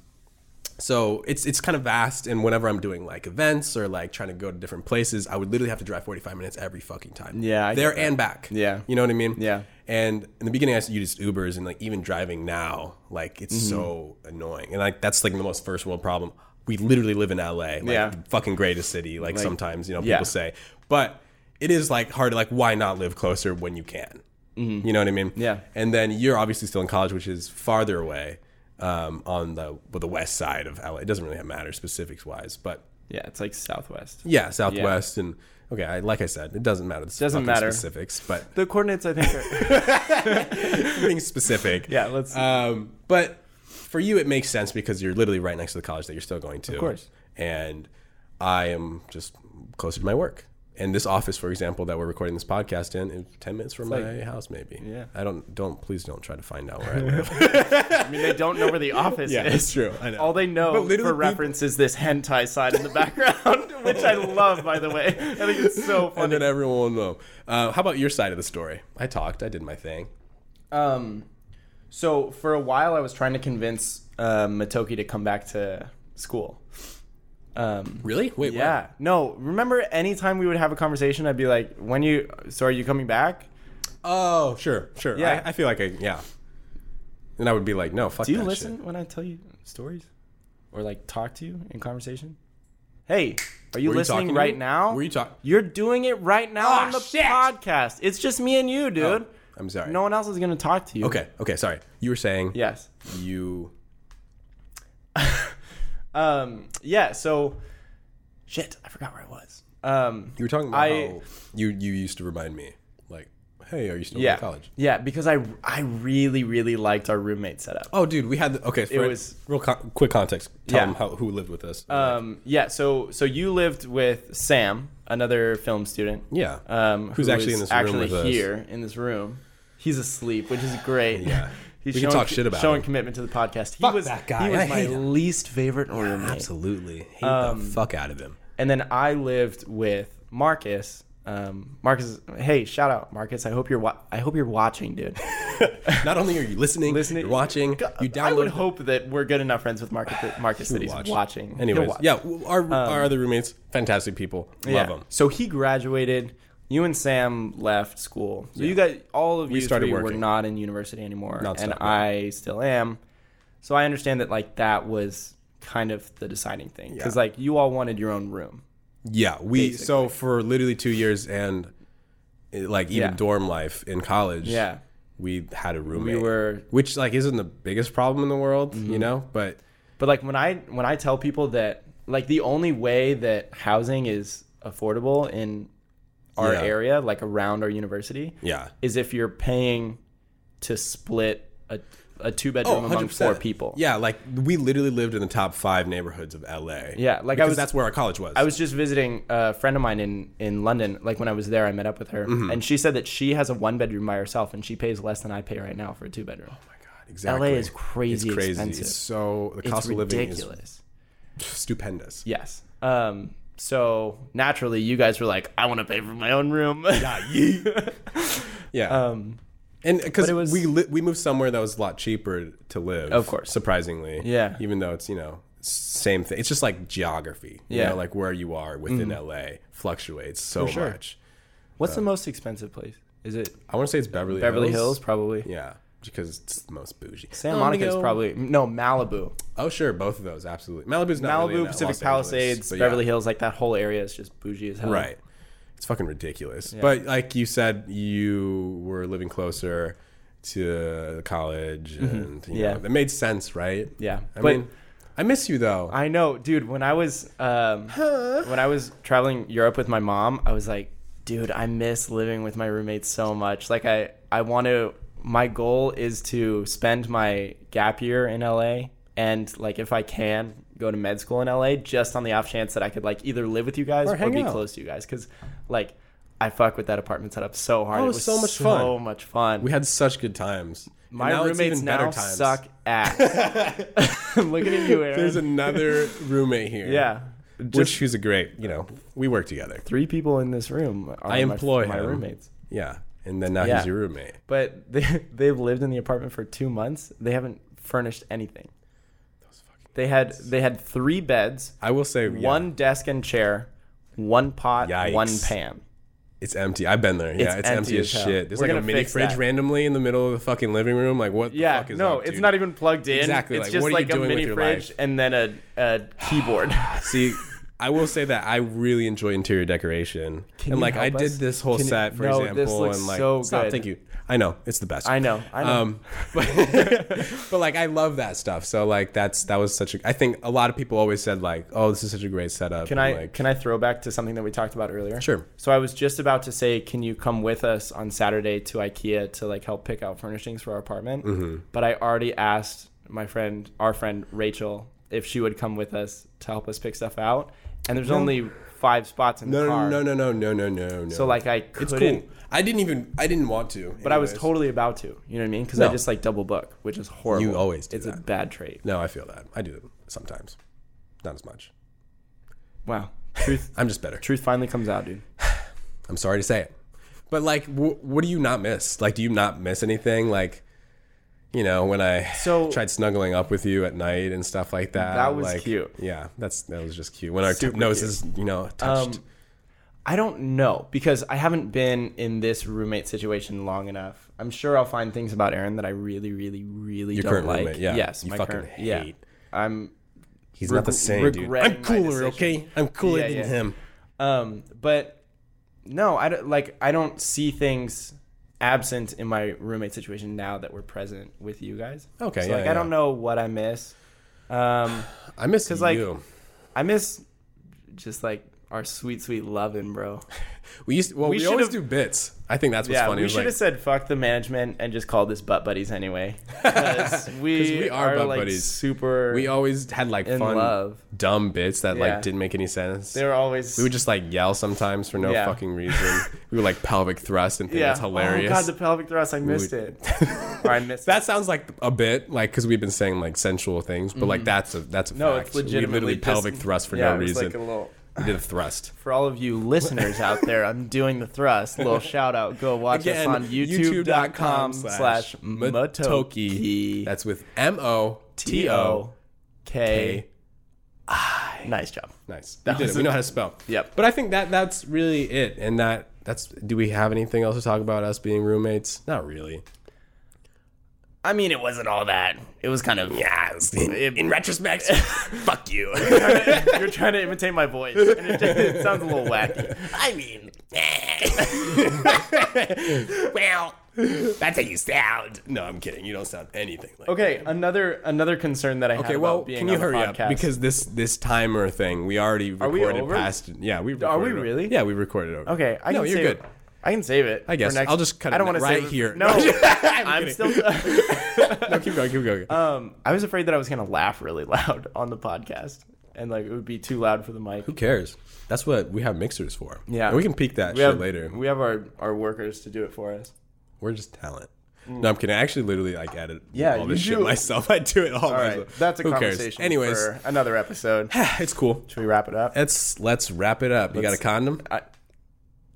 so it's it's kind of vast, and whenever I'm doing like events or like trying to go to different places, I would literally have to drive 45 minutes every fucking time.
Yeah, I get
there
that.
and back.
Yeah.
you know what I mean.
Yeah.
And in the beginning, I used to use Ubers, and like even driving now, like it's
Mm-hmm.
so annoying, and like that's like the most first world problem. We literally live in LA, like
Yeah.
the fucking greatest city. Like, sometimes you know people
yeah.
say, but it is like hard. to Like why not live closer when you can? You know what I mean?
Mm-hmm. Yeah.
And then you're obviously still in college, which is farther away um, on the well, the west side of LA. It doesn't really matter specifics wise, but
yeah, it's like Southwest.
yeah, southwest and okay. I, like I said, it doesn't matter. The
Doesn't
fucking
matter.
specifics, but
The coordinates, I think, are.
being specific.
[laughs] yeah, let's.
Um, but for you, it makes sense because you're literally right next to the college that you're still going to. Of
course.
And I am just closer to my work. And this office, for example, that we're recording this podcast in, is ten minutes from my house, maybe.
Yeah.
I don't don't please don't try to find out
[laughs]
where I live.
I mean, they don't know [laughs] where the office is.
it's true. I know.
All they
But
know
literally
for
people-
reference is this hentai sign in the background, [laughs] which I love, by the way. I think it's so
and
funny.
then everyone will know. Uh, how about your side of the story? I talked. I did my thing.
Um, so for a while, I was trying to convince uh, Matoki to come back to school. Um,
Really? Wait. what?
yeah. No, remember anytime we would have a conversation, I'd be like, when you, so are you coming back?
Oh, sure, sure.
Yeah.
I, I feel like I yeah. And I would be like, no, fuck.
Do you
that
listen
Shit.
when I tell you stories? Or like talk to you in conversation? Hey, are you
Were you
listening
talking to
right
me?
now?
Were you talking?
You're doing it right now
Ah,
on the
shit.
podcast. It's just me and you, dude.
I'm sorry.
No one else is gonna talk to you.
Okay. Okay. Sorry. You were saying.
Yes.
You.
Um. Yeah. So, shit. I forgot where I was. Um.
You were talking about
I-
how you you used to remind me like, hey, are you still
Yeah.
in college?
Yeah. Because I I really really liked our roommate setup.
Oh, dude, we had the, okay. For it
was-
real con- quick context. Tell
Yeah.
them how, who lived with us.
Um. Yeah. So so you lived with Sam, another film student.
yeah.
Um.
Who's
who
actually in
is
this room
actually
with us.
here in this room. He's asleep, which is great. [laughs]
Yeah.
He's
We can
showing,
talk shit about
showing
him.
commitment to the podcast. He
Fuck
was
that guy. [laughs]
He was
I
my
hate him.
least favorite roommate.
Absolutely. Hate
Um,
the fuck out of
[laughs]
him.
And then I lived with Marcus. Um, Marcus, hey, shout out Marcus. I hope you're wa- I hope you're
[laughs]
watching, dude.
Not only are you listening,
Listening-
you're watching, you
I would
download.
hope that we're good enough friends with Marcus that, Marcus that he's
watch.
watching.
Anyways,
He'll watch. Um,
yeah, our, our other roommates, fantastic people, love
Yeah.
them.
So he graduated. You and Sam left school. So you guys, all of you
started
three were
working.
not in university anymore,
Not
and
stuck, yeah.
I still am. So I understand that like that was kind of the deciding thing because
Yeah.
like you all wanted your own room.
Yeah, we so for literally two years and eh, like even
Yeah.
dorm life in college.
Yeah.
we had a roommate.
were- Mm-hmm.
which like isn't the biggest problem in the world, you know, but
But like when I when I tell people that like the only way that housing is affordable in our
Yeah.
area, like around our university,
yeah,
is if you're paying to split a a two bedroom among
100%.
four people.
Oh, Yeah, like we literally lived in the top five neighborhoods of LA.
Yeah, like I
because
was
that's where our college was.
I was just visiting a friend of mine in in London. Like when I was there, I met up with her,
Mm-hmm.
and she said that she has a one bedroom by herself, and she pays less than I pay right now for a two bedroom.
oh my god, exactly.
LA is crazy
It's crazy.
expensive.
It's so the
it's
cost of living
ridiculous.
is stupendous.
Yes. Um, So naturally, you guys were like, I want to pay for my own room.
Yeah, ye. yeah.
um,
and because
but it was-
we li- we moved somewhere that was a lot cheaper to live,
Of course.
surprisingly.
Yeah.
even though it's you know same thing. It's just like geography. You
Yeah. Mm-hmm.
know, like where you are within LA fluctuates so
sure.
much.
[laughs] what's the most expensive place? Is it
I want to say it's Beverly
Beverly Hills? Probably.
Yeah, because it's the most bougie.
Santa
I'm gonna
Monica is
go-
probably no Malibu.
Oh sure, both of those absolutely. Malibu's not
Malibu,
really in that
Pacific
Los Angeles,
Palisades,
but yeah.
Beverly Hills, like that whole area is just bougie as hell.
Right. It's fucking ridiculous. But like you said, you were living closer to college, and you
Mm-hmm. Yeah.
know, it made sense, right?
Yeah.
I
but
mean, I miss you though.
I know, dude. When I was um, when I was traveling Europe with my mom, I was like, dude, I miss living with my roommates so much. Like, I I want to. My goal is to spend my gap year in LA, and like if I can, go to med school in LA, just on the off chance that I could like either live with you guys
Or
or,
hang
be
out.
close to you guys, because like I fuck with that apartment setup so hard.
Oh,
it was
so much
So
fun.
much fun.
we had such good times. And
my
now it's
roommates
even [laughs]
now suck ass. [laughs] I'm looking at you, Aaron.
There's [laughs]
[laughs]
another roommate here.
yeah.
which who's a great. You know, we work together.
three people in this room are
I
my-
employ
my,
him.
roommates.
Yeah, and then now
Yeah.
he's your roommate.
But [laughs] they they've lived in the apartment for two months. They haven't furnished anything. They had they had three beds,
I will say, yeah,
one desk and chair, one pot, one
Yikes.
pan.
it's empty. I've been there. Yeah, it's, empty, as,
hell.
shit. There's
We're
like a
gonna
mini
fix
fridge
that.
randomly in the middle of the fucking living room. Like, what the
Yeah,
fuck is
no,
up,
it's
dude?
not e- even plugged in.
Exactly,
It's
like,
just
what are you
like a
doing with
mini
your
fridge
life?
and then a, a
[sighs]
keyboard.
[laughs]
[laughs]
See, I will say that I really enjoy interior decoration, and
you
like I
help
did
us?
this whole
Can you-
set, for
No, this
example,
looks
and like
so
stop.
good.
Thank you. I know it's the best.
I know, I know.
Um, [laughs] but, [laughs] but like I love that stuff. So like that's that was such a. I think a lot of people always said like, oh, this is such a great setup.
Can
and,
I
Like,
can I throw back to something that we talked about earlier?
Sure.
So I was just about to say, can you come with us on Saturday to IKEA to like help pick out furnishings for our apartment?
Mm-hmm.
But I already asked my friend, our friend Rachel, if she would come with us to help us pick stuff out, and there's only five spots in
no,
the car.
no, no, no, no, no, no, no.
So like I couldn't,
it's cool. I didn't even. I didn't want to.
but I was totally about to. You know what I mean? Because
No.
I just like double book, which is horrible.
You always do
It's a
that.
bad trait.
No, I feel that. I do it sometimes. Not as much.
Wow. Truth. [laughs]
I'm just better.
Truth finally comes out, dude.
I'm sorry to say it. But like, wh- what do you not miss? Like, do you not miss anything? Like, you know, when I
So-
tried snuggling up with you at night and stuff like that.
That was
like,
cute.
Yeah, that's that was just cute. When our t-
Super Um,
noses, you know, touched.
I don't know because I haven't been in this roommate situation long enough. I'm sure I'll find things about Aaron that I really, really, really
Your
don't
current
like.
roommate, yeah.
Yes,
You
my
fucking
current, yeah.
hate.
I'm
He's not the
reg-
same, dude.
regretting
I'm
my
cooler,
decision.
okay? I'm cooler
Yeah,
than
yeah.
him.
um, but no, I don't like. I don't see things absent in my roommate situation now that we're present with you guys.
Okay,
so,
yeah,
like
yeah.
I don't know what I miss. Um,
I miss you.
'Cause, like- I miss just like our sweet, sweet loving, bro.
we used well,
we
we, always
should've-
do bits. I think that's what's
Yeah,
funny.
we
is,
should
like,
have said fuck the management and just called this butt
[laughs]
buddies anyway. Because we,
we are
are,
butt
like
buddies.
super.
we always had like
in
fun,
love.
dumb bits that
Yeah.
like didn't make any sense.
They're always.
we would just like yell sometimes for no
Yeah.
fucking
[laughs]
reason. we would like pelvic thrust and think that's hilarious.
Oh god, the pelvic thrust! I missed
would- [laughs]
it. or I missed
That sounds like a bit like because we've been saying like sensual things, but like that's a that's a
Mm. No,
fact.
it's
we literally
legitimately just-
pelvic thrust for
it. Yeah,
no
it was
reason.
like a little.
we did a thrust.
[laughs] For all of you listeners out there, I'm doing the thrust.
[laughs]
Little shout out. Go watch
Again,
us on YouTube.com slash
Motoki.
Motoki.
That's with M O T O.
K. Nice job.
Nice. We did it.
was
We
a-
know how to spell.
Yep.
But I think that that's really it, and that that's. Do we have anything else to talk about us being roommates? Not really.
I mean, it wasn't all that. It was kind of yeah.
In
[laughs]
retrospect, fuck you.
You're trying to imitate my voice, and it, just, it sounds a little wacky.
I mean, well, that's how you sound.
no, I'm kidding. You don't sound anything like.
Okay, another another concern that I have
Okay,
about
well,
being
can you
on the
hurry
podcast.
up because this this timer thing we already
we
recorded
over?
past. Yeah, we
Are we
recorded over.
really?
Yeah, we recorded over.
okay, I
no,
can
you're
save
good.
It. I can save it.
I guess
for next-
I'll just cut it
I don't want to
right
save it.
here. [laughs]
No,
I'm
I'm,
kidding.
still. [laughs]
No, keep going, keep going.
um, I was afraid that I was gonna laugh really loud on the podcast, and like it would be too loud for the mic.
Who cares? That's what we have mixers for.
Yeah.
and we can peek that
We
shit
have
later.
We have our our workers to do it for us.
We're just talent. No, I'm kidding. I actually literally like edit
Yeah,
all
you
this shit
do.
myself. [laughs] I do it all,
All right,
myself.
that's a
Who cares?
conversation.
Anyways,
for another episode.
[sighs] it's cool.
Should we wrap it up?
Let's let's wrap it up. You got a condom?
I,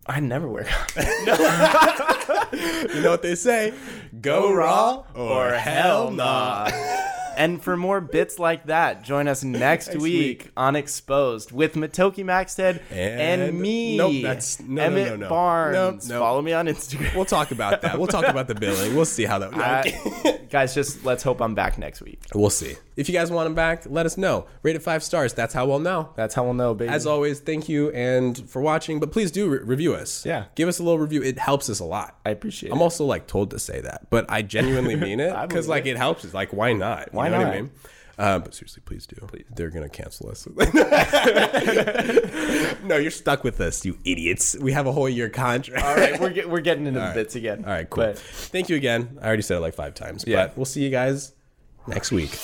I never wear condoms.
[laughs] You know what they say? Go raw or hell nah.
[laughs] and for more bits like that, join [laughs] us next, week, on Exposed with Matoki Maxted and,
And-
me.
Nope, that's- no, no,
Emmett
no, no.
Barnes.
Nope, nope.
Follow me on Instagram.
We'll
[laughs]
talk about that. We'll talk about the billing. We'll see how that. [laughs] No, I'm
Uh,
kidding.
guys, just let's hope I'm back next week.
we'll see. If you guys want them back, let us know. Rate it five stars. That's how we'll know.
That's how we'll know, baby.
As always, thank you and for watching. But please do re- review us.
Yeah.
give us a little review. It helps us a lot.
I appreciate
I'm
it.
also like told to say that, but I genuinely mean it
[laughs] I believe
because like
it.
it helps. It's like why not?
Why
you know
not?
What I mean? Uh, but seriously, please do. They're gonna cancel us. [laughs] no, you're stuck with us, you idiots. We have a whole year contract.
All right, we're, get, we're getting into the bits again.
[laughs] All right, cool.
But-
Thank you again. I already said it like five times,
Yeah.
but we'll see you guys next week.